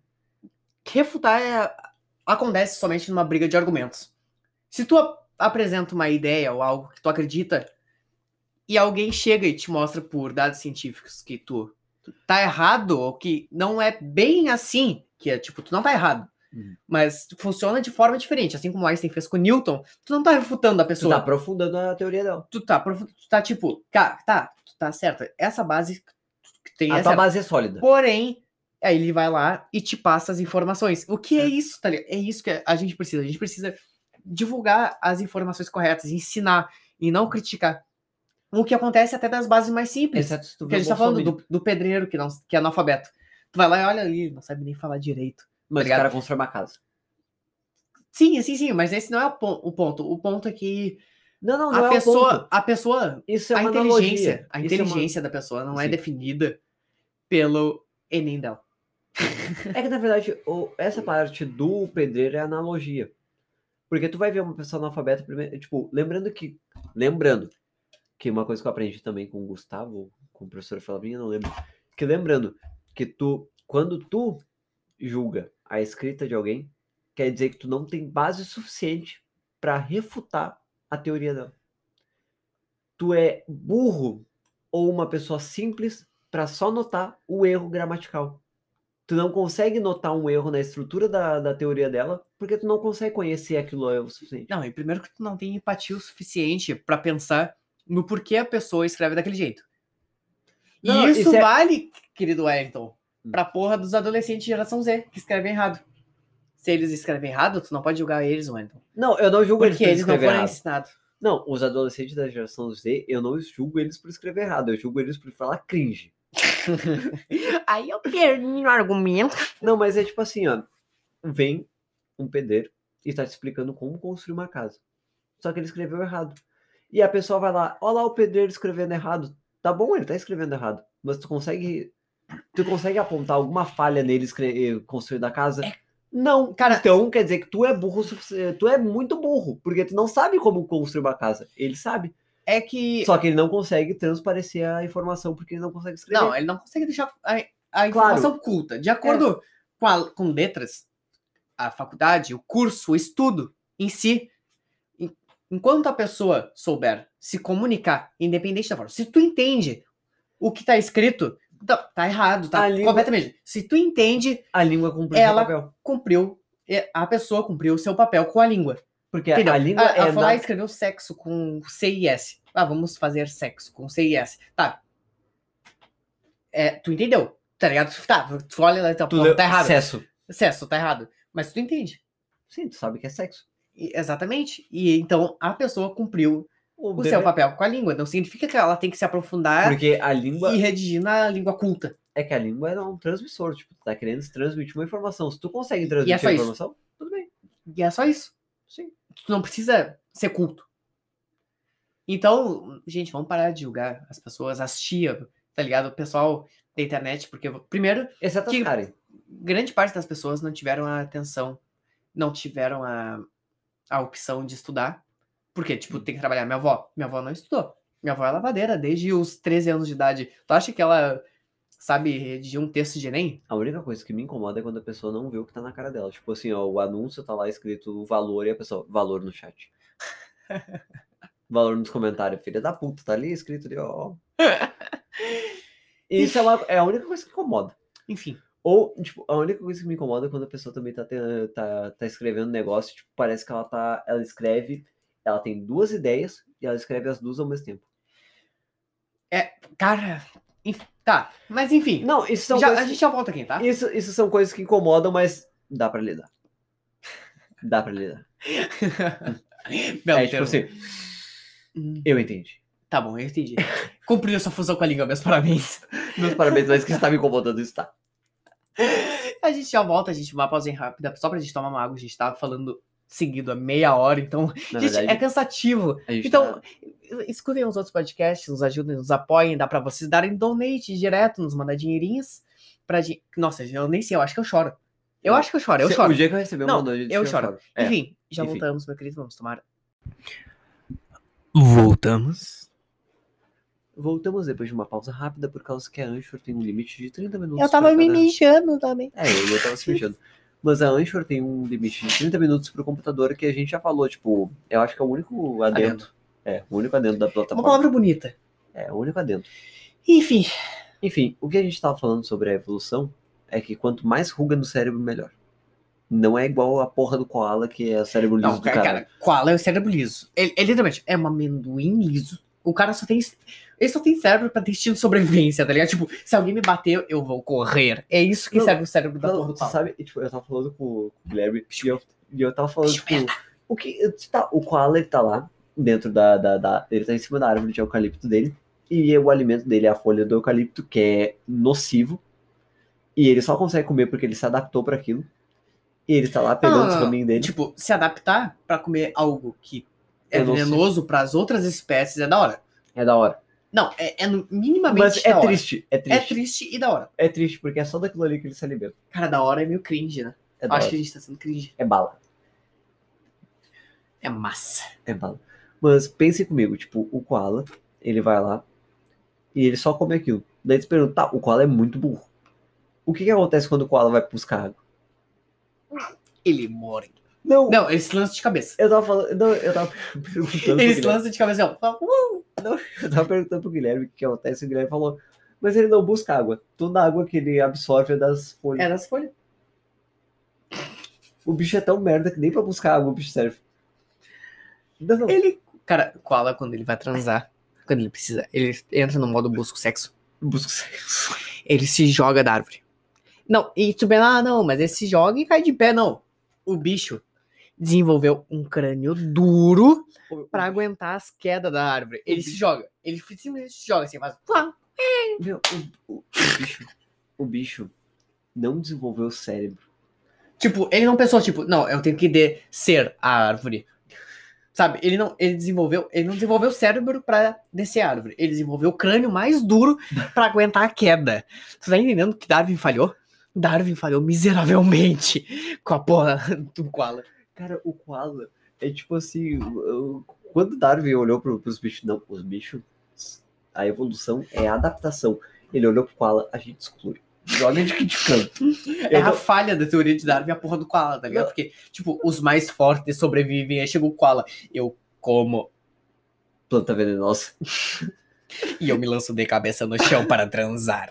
Refutar é- acontece somente numa briga de argumentos. Se tu a- apresenta uma ideia ou algo que tu acredita e alguém chega e te mostra por dados científicos que tu tá errado ou que não é bem assim, que é tipo, tu não tá errado.
Uhum.
Mas funciona de forma diferente, assim como Einstein fez com Newton. Tu não tá refutando a
Tu
pessoa
tá aprofundando a teoria dela.
tu tá, profu- tu tá tipo, cara, tá, tu tá certa. Essa base que tem
A
é
tua
certa.
base é sólida.
Porém, aí ele vai lá e te passa as informações. O que é isso, tá ligado? É isso que a gente precisa. A gente precisa divulgar as informações corretas, ensinar e não criticar. O que acontece é até das bases mais simples.
Exceto se tu vê
Porque a
um
gente tá falando
bolsominion.
do, do pedreiro que, não, que é analfabeto. Tu vai lá e olha ali, não sabe nem falar direito.
Mas o
Obrigado.
cara constrói uma casa.
Sim, sim, sim, mas esse não é o, pon- o ponto. O ponto é que
Não, não,
a,
não é o
pessoa,
ponto.
a pessoa
Isso é
a
uma
inteligência,
analogia.
a
Isso é uma-
inteligência da pessoa não é
Sim.
definida pelo Enem dela.
É que, na verdade, o- essa parte do pedreiro é analogia. Porque tu vai ver uma pessoa analfabeta primeiro. Tipo, lembrando que. Lembrando. Que uma coisa que eu aprendi também com o Gustavo, com o professor Flavinha, não lembro. Que lembrando que tu. Quando tu julga a escrita de alguém, quer dizer que tu não tem base suficiente para refutar a teoria dela. Tu é burro ou uma pessoa simples para só notar o erro gramatical tu não consegue notar um erro na estrutura da, da teoria dela, porque tu não consegue conhecer aquilo é o suficiente.
Não, e primeiro que tu não tem empatia o suficiente pra pensar no porquê a pessoa escreve daquele jeito. E
Não,
isso,
isso é-
vale, querido Wellington,
Hum.
pra porra dos adolescentes de geração Z, que escrevem errado. Se eles escrevem errado, tu não pode julgar eles, Wellington.
Não, eu não julgo eles
Porque
por
eles não
escrever
foram
errado.
ensinados.
Não, os adolescentes da geração Z, eu não julgo eles por escrever errado, eu julgo eles por falar cringe.
Aí eu perdi o argumento.
Não, mas é tipo assim, ó. Vem um pedreiro e tá te explicando como construir uma casa. Só que ele escreveu errado. E a pessoa vai lá, ó lá o pedreiro escrevendo errado. Tá bom, ele tá escrevendo errado. Mas tu consegue. Tu consegue apontar alguma falha nele escre- eh, construindo a casa?
É.
Não.
Cara,
Então quer dizer que tu é burro o sufici- Tu é muito burro, porque tu não sabe como construir uma casa. Ele sabe.
é que.
Só que ele não consegue transparecer a informação porque ele não consegue escrever.
Não, é ele não consegue deixar a, a informação oculta. De acordo
É.
com, a- com letras, a faculdade, o curso, o estudo em si, en- enquanto a pessoa souber se comunicar, independente da forma, se tu entende o que tá escrito, tá, tá errado, tá
A língua-
completamente. Se tu entende,
a língua cumpre o
Ela-
papel.
cumpriu, é, a pessoa cumpriu o seu papel com a língua.
Porque
Entendeu?
a língua
a, Ah, a
é
falar
nat-
e escrever o sexo com C e S. Ah, vamos fazer sexo com C e S. Tá. É, tu entendeu? Tá ligado? Tá, tu olha lá e tá,
Tu
pô,
leu-
tá errado.
Acesso.
Sexo, tá errado. Mas tu entende.
Sim, tu sabe que é sexo.
E- exatamente. E então a pessoa cumpriu
O
o
bebê-
seu papel é com a língua. Não significa que ela tem que se aprofundar
Porque a língua.
e redigir na língua culta.
É que a língua é um transmissor. Tipo, tu tá querendo transmitir uma informação. Se tu consegue transmitir
é só
a
isso.
informação, tudo bem.
E é só isso.
Sim.
Tu não precisa ser culto. Então, gente, vamos parar de julgar as pessoas, as tia, tá ligado? O pessoal da internet, porque primeiro,
Exceto
Que-
as Karen.
grande parte das pessoas não tiveram a atenção, não tiveram a, a opção de estudar. Porque, tipo, tem que trabalhar. Minha avó, minha avó não estudou. Minha avó é lavadeira desde os 13 anos de idade. Tu acha que ela sabe redigir um texto de Enem?
A única coisa que me incomoda é quando a pessoa não vê o que tá na cara dela. Tipo assim, ó, o anúncio tá lá escrito o valor e a pessoa, valor no chat. valor nos comentários, filha da puta, tá ali escrito ali, ó. Isso é, uma, é a única coisa que incomoda.
Enfim,
Ou, tipo, a única coisa que me incomoda é quando a pessoa também tá, te- tá, tá escrevendo um negócio, tipo, parece que ela tá. Ela escreve, ela tem duas ideias e ela escreve as duas ao mesmo tempo.
cara. enf- Tá, mas enfim.
Não, isso são,
já-
coisas,
a gente já volta aqui, tá?
isso, isso são coisas que incomodam, mas dá pra lidar. Dá pra lidar.
Belo
é tipo
termo.
assim,
Hum,
eu entendi.
Tá bom, eu entendi. Cumpriu sua fusão com a língua, meus parabéns.
Meus parabéns, mas que está me incomodando isso, tá?
A gente já volta, a gente uma pausinha rápida, só pra gente tomar uma água. A gente tava falando seguido a meia hora, então,
Na
gente,
verdade,
é cansativo.
a gente
Então,
tá-
escutem os outros podcasts, nos ajudem, nos apoiem, dá pra vocês darem donate direto, nos mandar dinheirinhos pra gente. Nossa, eu nem sei, eu acho que eu choro. Eu acho que eu choro, eu
Se-
choro.
O dia que eu receber
Não,
uma noite,
eu choro.
É.
Enfim, já
enfim.
voltamos, meu querido, vamos tomar. Voltamos.
Voltamos depois de uma pausa rápida, por causa que a Anchor tem um limite de 30 minutos.
Eu tava
pra
me
cada-
mijando também.
É, eu, eu tava se mexendo. Mas a Anchor tem um limite de 30 minutos pro computador que a gente já falou, tipo, eu acho que é o único adendo. É, o único adendo da
Uma
plataforma.
palavra bonita.
É, o único adendo.
Enfim,
Enfim, o que a gente tava falando sobre a evolução é que quanto mais ruga no cérebro, melhor. Não é igual a porra do koala, que é o cérebro liso
Não,
do
cara,
cara.
cara, koala é o cérebro liso. Ele, ele literalmente é um amendoim liso. O cara só tem. Ele só tem cérebro pra destino de sobrevivência, tá ligado? Tipo, se alguém me bater, eu vou correr. É isso que
Não,
serve o cérebro da
Não,
porra do
tu
pau.
sabe, tipo, eu tava falando com o Guilherme e eu, e eu tava falando, tipo, o que. Tá, o koala ele tá lá, dentro da, da, da- Ele tá em cima da árvore de eucalipto dele. E o alimento dele é a folha do eucalipto, que é nocivo. E ele só consegue comer porque ele se adaptou pra aquilo. E ele tá lá
Não,
pegando
não,
os
não.
caminhos dele.
Tipo, se adaptar pra comer algo que é
É nocivo.
venenoso pras outras espécies é da hora.
É da hora.
Não, é, é no- minimamente
Mas
da
é
hora.
triste, é
É
triste.
triste e da hora.
É triste, porque é só daquilo ali que ele se alimenta.
Cara, da hora é meio cringe, né?
É, da
Acho
hora.
que a gente tá sendo cringe.
é bala.
É massa.
É bala. Mas pensem comigo, tipo, o koala, ele vai lá e ele só come aquilo. Daí eles perguntam, tá, o koala é muito burro. O que que acontece quando o koala vai buscar água?
Ele morre.
Não,
Não, ele se lança de cabeça.
eu tava falando, não, eu tava perguntando pro
Ele se
Guilherme,
lança de cabeça. ó.
eu tava perguntando pro Guilherme o que que acontece, e o Guilherme falou, mas ele não busca água. Toda a água que ele absorve é das folhas.
É nas folhas.
O bicho é tão merda que nem pra buscar água o bicho serve. Não, não.
Ele. Cara, Koala, quando ele vai transar, quando ele precisa, ele entra no modo busco sexo.
Busca sexo.
Ele se joga da árvore. Não, e tu bem, ah, não, mas ele se joga e cai de pé, não. O bicho desenvolveu um crânio duro pra aguentar as quedas da árvore. Ele se joga. Ele simplesmente se joga assim, faz. Plá.
Meu, o, o- o bicho, o bicho não desenvolveu o cérebro.
Tipo, ele não pensou, tipo, não, eu tenho que descer a árvore. Sabe, ele não, ele desenvolveu, ele não desenvolveu o cérebro pra descer a árvore. Ele desenvolveu o crânio mais duro pra aguentar a queda. Tu tá entendendo que Darwin falhou? Darwin falhou miseravelmente com a porra do koala.
Cara, o koala é tipo assim. o- o- Quando Darwin olhou pro, pros bichos. Não, os bichos. A evolução é a adaptação. Ele olhou pro koala, a gente exclui. Joga de que de canto.
É a falha da teoria de Darwin, a porra do koala, tá ligado? Porque, tipo, os mais fortes sobrevivem, aí chega o koala. Eu como
Planta venenosa.
e eu me lanço de cabeça no chão para transar.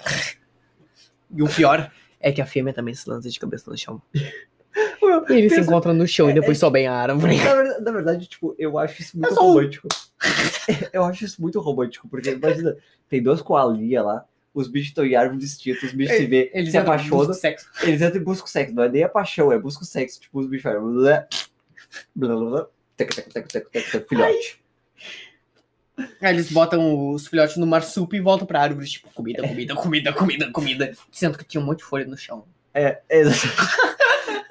E o pior é que a fêmea também se lança de cabeça no chão. É, E eles se
Pensa-
encontram no chão e depois sobem a árvore.
Na verdade, na verdade, tipo, eu acho isso muito
só um.
romântico. Eu acho isso muito romântico, porque imagina, tem duas koalinhas lá, os bichos estão em árvores distintas, os bichos se vê,
Eles
se apaixonam.
sexo.
Eles entram e buscam sexo, não é nem a paixão, é busca o sexo. Tipo, os bichos falam. Blá, blá, blá, blá, tec, tec, tec, tec, tec, tec, filhote.
Aí eles botam os filhotes no marsupio e voltam pra árvore, tipo, comida, comida, comida, comida, comida. Sendo que tinha um monte de folha no chão.
É, é exatamente.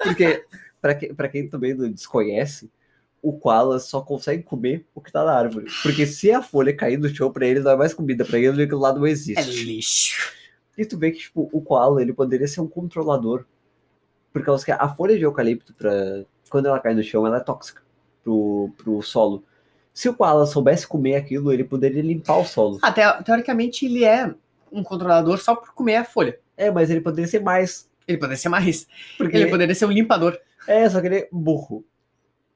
Porque, pra, que, pra quem também não desconhece, o koala só consegue comer o que tá na árvore. Porque se a folha cair no chão pra ele, não é mais comida, pra ele aquilo lá não
É
existe.
lixo.
E tu vê que, tipo, o koala, ele poderia ser um controlador. Por causa que a folha de eucalipto, pra... quando ela cai no chão, ela é tóxica pro, pro solo. Se o koala soubesse comer aquilo, ele poderia limpar o solo.
Ah, te- teoricamente ele é um controlador só por comer a folha.
É, mas ele poderia ser mais.
Ele poderia ser mais.
Porque
Ele poderia ser um limpador.
É, só que ele é burro.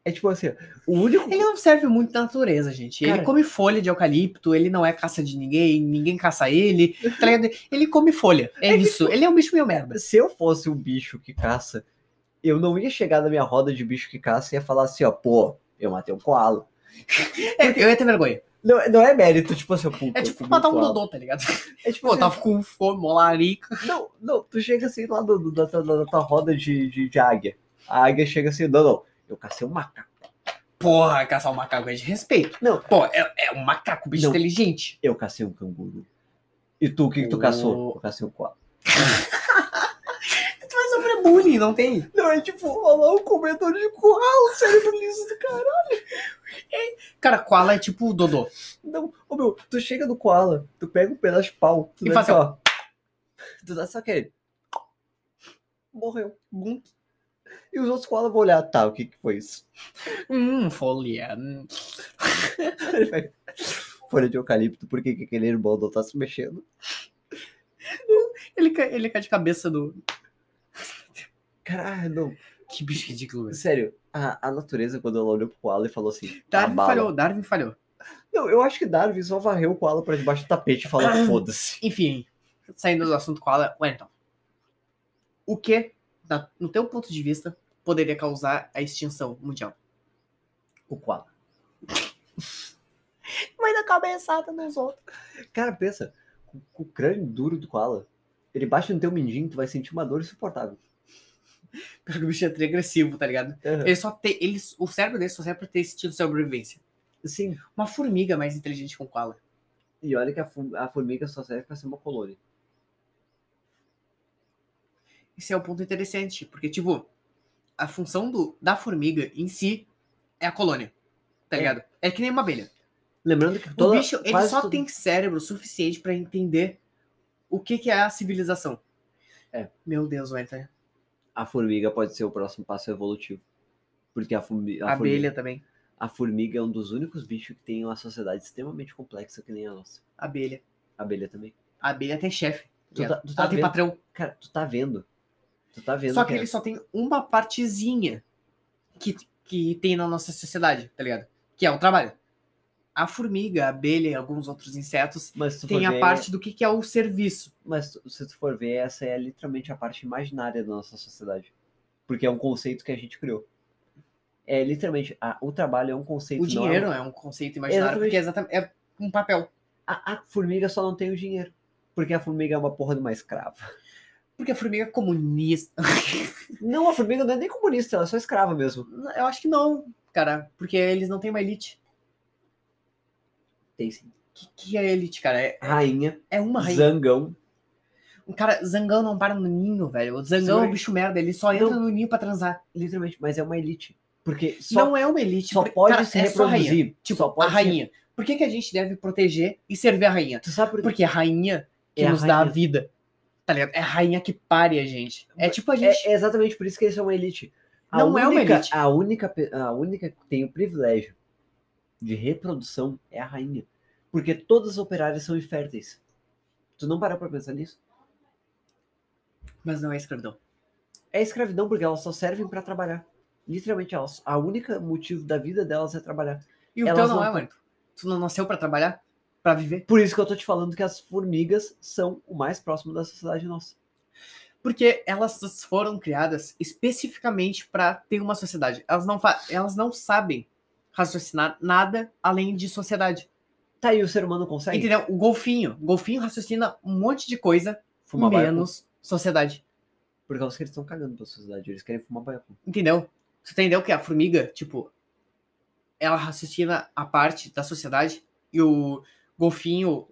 É tipo assim, ó, o único.
Ele não serve muito na natureza, gente.
Cara.
Ele come folha de eucalipto, ele não é caça de ninguém, ninguém caça ele. tá ligado? Ele come folha. É isso. Ele é um bicho meio merda.
Se eu fosse um bicho que caça, eu não ia chegar na minha roda de bicho que caça e ia falar assim, ó, pô, eu matei um koala.
É, eu ia ter vergonha.
Não, não é mérito, tipo assim, ó, puta,
É
eu
tipo
comi um
matar um
koala.
dodô, tá ligado?
É tipo
Pô,
assim,
eu tava com fome, molarica.
Não, não, tu chega assim lá do, do- da, tua- da tua roda de, de, de águia. A águia chega assim, não, não, eu cacei um macaco.
Porra, caçar um macaco é de respeito.
Não.
Pô, é, é um macaco, bicho
Não.
inteligente.
Eu cacei um canguru. E tu, o que, que tu
Ô.
caçou? Eu cacei um koala.
Tu vai sofrer é bullying, não tem?
Não, é tipo, olha lá o comedor de koala, cérebro liso do cara.
Cara, koala é tipo o Dodô.
Não, ô meu, tu chega no koala, tu pega um pedaço de pau, tu
E
dá
faz
assim, ó. Tu dá só aquele. Morreu. Bum. E os outros koalas vão olhar, tá, o que que foi isso?
Hum, folia. hum.
Ele pega Folha de eucalipto, por que que aquele irmão não tá se mexendo?
Ele, cai- ele cai de cabeça do.
Caralho, não.
Que bicho ridículo, velho.
Sério, a, a natureza, quando ela olhou pro koala e falou assim, tá
Darwin
bala.
falhou, Darwin falhou.
Não, eu acho que Darwin só varreu o koala pra debaixo do tapete e
Ah.
falou, foda-se.
Enfim, saindo do assunto koala, Wellington. então. O que, na- no teu ponto de vista, poderia causar a extinção mundial?
O koala.
Mas a cabeçada nos outros.
Cara, pensa, com, com o crânio duro do koala, ele bate no teu mindinho, tu vai sentir uma dor insuportável.
Porque o bicho é tri agressivo, tá ligado? Ele só tem. Ele, o cérebro dele só serve pra ter instinto de sobrevivência.
Sim.
Uma formiga é mais inteligente que um koala.
E olha que a, fu- a formiga só serve pra ser uma colônia.
Esse é um ponto interessante, porque, tipo, a função do, da formiga em si é a colônia. Tá
É.
ligado? É que nem uma abelha.
Lembrando que
o
toda,
bicho, ele
quase
só
tudo-
tem cérebro suficiente pra entender o que, que é a civilização.
É.
Meu Deus, Wellington.
A formiga pode ser o próximo passo evolutivo. Porque a, formi... a,
Abelha
formiga...
também.
a formiga é um dos únicos bichos que tem uma sociedade extremamente complexa que nem a nossa.
Abelha.
A abelha também.
A abelha tem chefe.
Tu
ligado?
tá- tu tá
Ela tem
vendo?
patrão.
Cara, tu tá vendo. Tu tá vendo
Só que
que
ele só tem uma partezinha que, que tem na nossa sociedade, tá ligado? Que é o trabalho. A formiga, a abelha e alguns outros insetos
Mas se tu for
têm a
ver-
parte do que, que é o serviço.
Mas tu- se tu for ver, essa é literalmente a parte imaginária da nossa sociedade. Porque é um conceito que a gente criou. É literalmente, a- o trabalho é um conceito.
O
não é um-
dinheiro é um conceito imaginário,
Exatamente.
porque é exatamente, é um papel.
a, a formiga só não tem o dinheiro. Porque a formiga é uma porra de uma escrava.
Porque a formiga é comunista.
Não, a formiga não é nem comunista, ela é só escrava mesmo.
Eu acho que não, cara, porque eles não têm uma elite.
Tem sim.
O que, que é elite, cara? É,
Rainha,
é uma rainha.
zangão.
Um cara, Zangão não para no ninho, velho. O Zangão é um
Sim.
bicho merda, ele só entra
Não.
no ninho pra transar.
Literalmente, mas é uma elite. Porque só,
não é uma elite.
só
porque-
pode
cara,
se
é só a rainha.
reproduzir.
Tipo,
só pode
a
se-
rainha. Por que, que a gente deve proteger e servir a rainha?
Tu sabe por
Porque é a rainha que
É a
nos dá a
rainha.
vida. Tá ligado? É a rainha que pare a gente. É tipo a gente.
É, é exatamente por isso que eles são uma elite.
Não é uma
única-
elite.
A única, pe- a única que tem o privilégio de reprodução é a rainha. Porque todas as operárias são inférteis. Tu não parou pra pensar nisso?
Mas não é escravidão.
É escravidão porque elas só servem pra trabalhar. Literalmente, elas. A única motivo da vida delas é trabalhar.
E o
Elas
teu não
não
é,
tão-
mano. Tu não nasceu pra trabalhar? Pra viver?
Por isso que eu tô te falando que as formigas são o mais próximo da sociedade nossa.
Porque elas foram criadas especificamente pra ter uma sociedade. Elas não, fa... elas não sabem raciocinar nada além de sociedade.
Tá aí, o ser humano consegue
Entendeu? O golfinho. O golfinho raciocina um monte de coisa,
fumar baiacu.
menos sociedade.
Por causa que eles estão cagando pra sociedade. Eles querem fumar baiacu.
Entendeu? Tu entendeu que a formiga, tipo, ela raciocina a parte da sociedade e o golfinho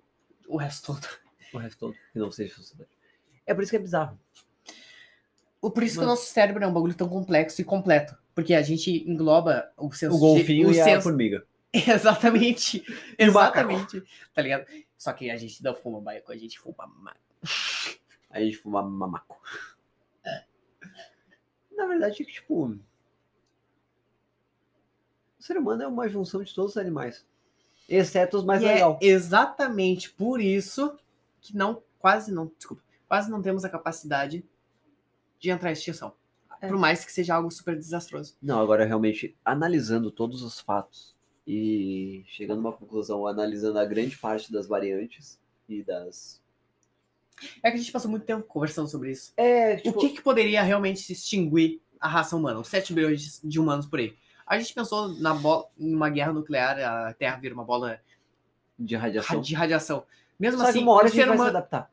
o resto todo.
O resto todo que não seja sociedade. É por isso que é bizarro.
O- Por isso que o
Mano.
nosso cérebro é um bagulho tão complexo e completo. Porque a gente engloba o senso
o golfinho
de, o
e a
senso-
formiga.
Exatamente.
E o macaco.
Exatamente. Tá ligado? Só que a gente não fuma baiacu, a gente fuma mato.
A gente fuma mamaco. Na verdade, é que, tipo. O ser humano é uma junção de todos os animais. Exceto os mais
E
legais.
É exatamente por isso que não, quase não, desculpa, quase não temos a capacidade de entrar em extinção.
É.
Por mais que seja algo super desastroso.
Não, agora realmente, analisando todos os fatos e chegando a uma conclusão, analisando a grande parte das variantes e das.
É que a gente passou muito tempo conversando sobre isso.
É,
O que, que poderia realmente extinguir a raça humana? Os 7 bilhões de humanos por aí. A gente pensou na bola, em uma guerra nuclear, a Terra vira uma bola
de radiação.
de radiação. Mesmo
Só
assim,
que uma hora
o
a gente
ser
vai se
humano.
adaptar.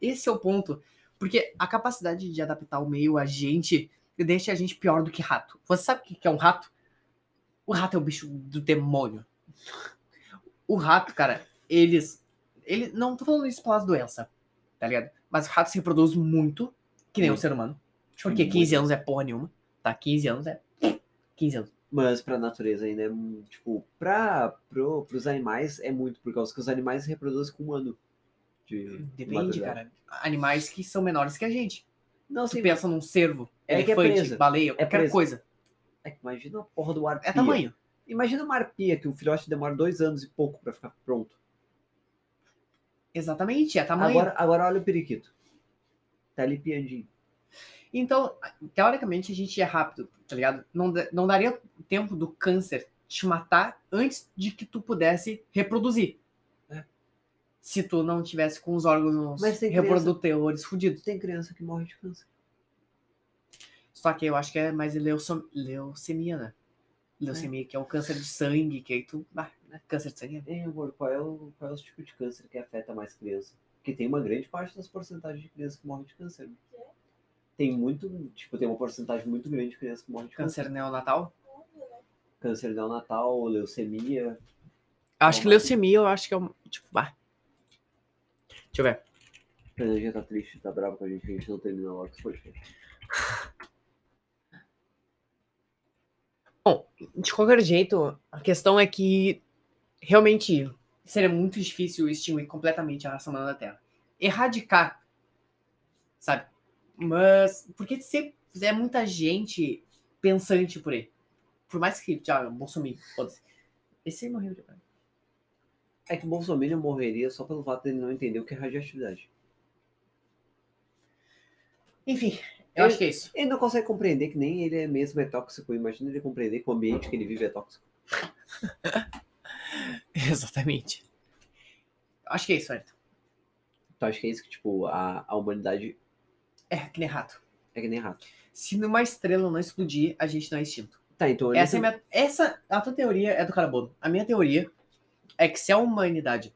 Esse é o ponto. Porque a capacidade de adaptar o meio a gente deixa a gente pior do que rato. Você sabe o que que é um rato? O rato é o bicho do demônio. O rato, cara, eles. Ele, não tô falando isso pelas doenças, tá ligado? Mas o rato se reproduz muito, que nem o
Muito.
ser humano. Porque 15 anos é porra nenhuma. Tá? 15 anos é. 15 anos.
Mas pra natureza ainda é, um- tipo, pra, pro, pros animais é muito, por causa que os animais se reproduzem com um ano. De
Depende,
maturidade.
cara. Animais que são menores que a gente.
Não,
Tu
sim,
pensa num cervo,
É que é
elefante,
presa.
baleia, qualquer
presa.
coisa.
é que imagina a porra do arpia.
É tamanho.
Imagina uma arpia que o filhote demora dois anos e pouco pra ficar pronto.
Exatamente, é tamanho.
Agora, agora olha o periquito. Tá ali piandinho.
Então, teoricamente, a gente é rápido, tá ligado? Não, da- não daria tempo do câncer te matar antes de que tu pudesse reproduzir.
É.
Se tu não tivesse com os órgãos
Mas tem criança-
reprodutores fudidos.
Tem criança que morre de câncer.
Só que eu acho que é mais leucem- leucemia, né? Leucemia, que é o câncer de sangue, que aí tu. Ah, né? câncer de sangue.
Hein, amor, qual é, o, qual é o tipo de câncer que afeta mais criança? Porque tem uma grande parte das porcentagens de crianças que morrem de câncer. né?
É.
Tem muito, tipo, tem uma porcentagem muito grande de crianças que morrem de câncer.
Câncer neonatal?
Câncer neonatal, leucemia.
Acho que
Toma.
leucemia, eu acho que é um. Tipo, ah. Deixa eu ver.
A Fernanda já tá triste, tá brava com a gente, que a gente não termina logo esse podcast.
de qualquer jeito, a questão é que realmente seria muito difícil extinguir completamente a raça humana da Terra. Erradicar, sabe? Mas, porque se fizer muita gente pensante por aí, por mais que, tchau, Bolsonaro, foda-se. Esse aí morreu de
É que o Bolsonaro morreria só pelo fato dele não entender o que é radioatividade.
Enfim, eu acho que é isso.
Ele não consegue compreender que nem ele mesmo é tóxico. Imagina ele compreender que o ambiente que ele vive é tóxico.
Exatamente. Acho que é isso, Ayrton.
Então acho que é isso que, tipo, a, a humanidade
É, que nem rato.
é que nem rato.
Se numa estrela não explodir, a gente não é extinto.
Tá, então ele
Essa, é a minha, essa a tua teoria é do carbono. A minha teoria é que se a humanidade,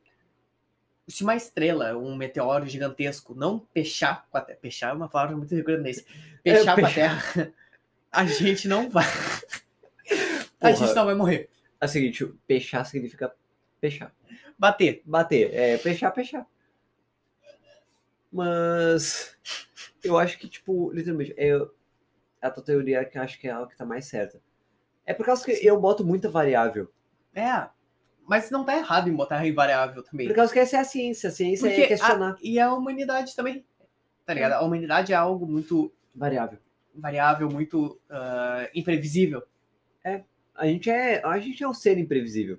se uma estrela, um meteoro gigantesco, não pechar com a Terra, pechar é uma palavra muito grandeza, pechar com a
pechar.
Terra, a gente não vai. A
Porra.
gente não vai morrer.
É o seguinte, o peixar significa peixar.
Bater.
Bater, é peixar, peixar. Mas eu acho que, tipo, literalmente, é a tua teoria que eu acho que é a que tá mais certa. É por causa que eu boto muita variável.
É. Mas não tá errado em botar invariável também.
Por causa que essa é a ciência. A ciência
Porque
é
a-
questionar.
e a humanidade também. Tá ligado? A humanidade é algo muito
Variável.
variável, muito ah, imprevisível.
A gente, é, a gente é um ser imprevisível.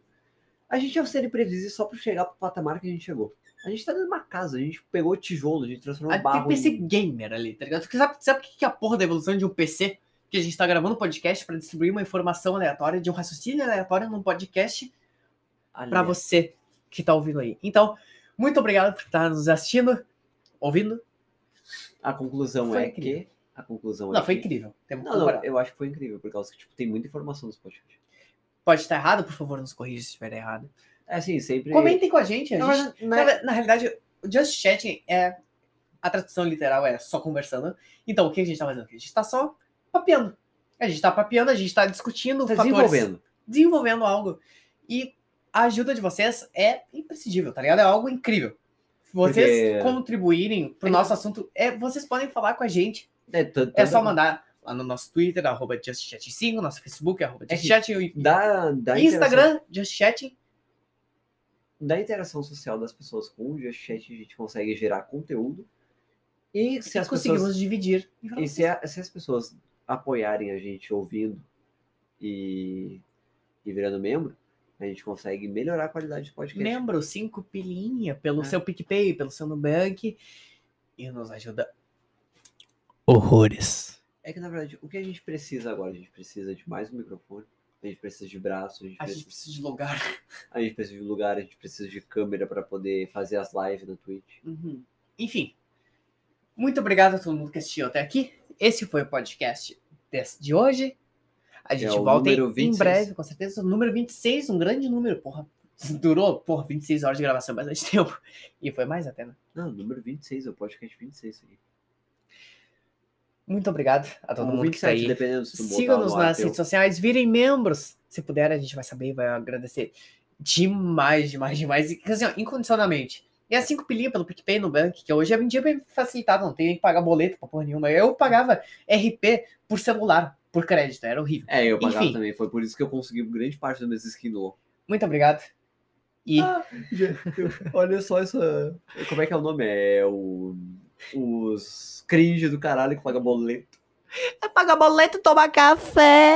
A gente é um ser imprevisível só pra chegar pro patamar que a gente chegou. A gente tá dentro de uma casa, a gente pegou tijolo, a gente transformou um
Ah, Tem
barro
PC
em...
gamer ali, tá ligado? Porque Sabe, sabe o que que é a porra da evolução de um PC? Que a gente tá gravando um podcast pra distribuir uma informação aleatória, de um raciocínio aleatório num podcast pra
Aliás,
você que tá ouvindo aí. Então, muito obrigado por estar nos assistindo, ouvindo.
A conclusão
Foi
é
incrível.
que... A conclusão é
Não, foi
que...
incrível. Temos que
Não, não,
comparar.
eu acho que foi incrível, por causa que tipo, tem muita informação nesse podcast.
Pode estar errado, por favor, nos corrija se estiver errado.
É assim, sempre.
Comentem com a gente. A
Não,
gente
mas, né,
na, na realidade, o Just Chatting é. A tradução literal é só conversando. Então, o que a gente tá fazendo aqui? A gente tá só papeando. A gente tá papeando, a gente tá discutindo
tá
fatores
desenvolvendo.
desenvolvendo algo. E a ajuda de vocês é imprescindível, tá ligado? É algo incrível. Vocês
Porque-
contribuírem pro
É.
nosso assunto, é, vocês podem falar com a gente.
É, tanto-
É só
tanto-
mandar lá no nosso Twitter, arroba JustChat5, nosso Facebook, arroba
É,
JustChat, o
Da, da Interação,
Instagram, JustChat.
da interação social das pessoas com o Just Chat, a gente consegue gerar conteúdo. E se
E
as
conseguimos
pessoas.
dividir.
E se, a- se as pessoas apoiarem a gente ouvindo e, e virando membro, a gente consegue melhorar a qualidade do podcast.
Membro, cinco pilinha pelo
É.
seu PicPay, pelo seu Nubank. E nos ajuda. Horrores.
É que, na verdade, o que a gente precisa agora? A gente precisa de mais um microfone, a gente precisa de braço, a gente
A
precisa.
gente precisa de lugar.
A gente precisa de lugar, a gente precisa de câmera pra poder fazer as lives na Twitch.
Uhum. Enfim, muito obrigado a todo mundo que assistiu até aqui. Esse foi o podcast des- de hoje. A gente
É o
volta em-
número
em
26.
breve, com certeza. O número 26, um grande número, porra. Durou, porra, 26 horas de gravação, bastante tempo. um- E foi mais até, né?
Não, número 26, é o podcast 26 isso aqui.
Muito obrigado a todo
Ou
mundo que tá aí.
dependendo se tu botar
Sigam-nos
no ar
nas
teu.
redes sociais, virem membros. Se puder, a gente vai saber e vai agradecer demais, demais, demais. E, assim, ó, incondicionalmente. Ganhar 5 pilinha pelo PicPay no Bank, que hoje é um dia bem facilitado, não tem que pagar boleto pra porra nenhuma. Eu pagava RP por celular, por crédito, era horrível.
É, eu pagava
Enfim.
também. Foi por isso que eu consegui grande parte das minhas skins do LoL.
Muito obrigado. E
Ah, Olha só essa. Como é que é o nome? É o. Os cringe do caralho que paga boleto.
pagar boleto, tomar café.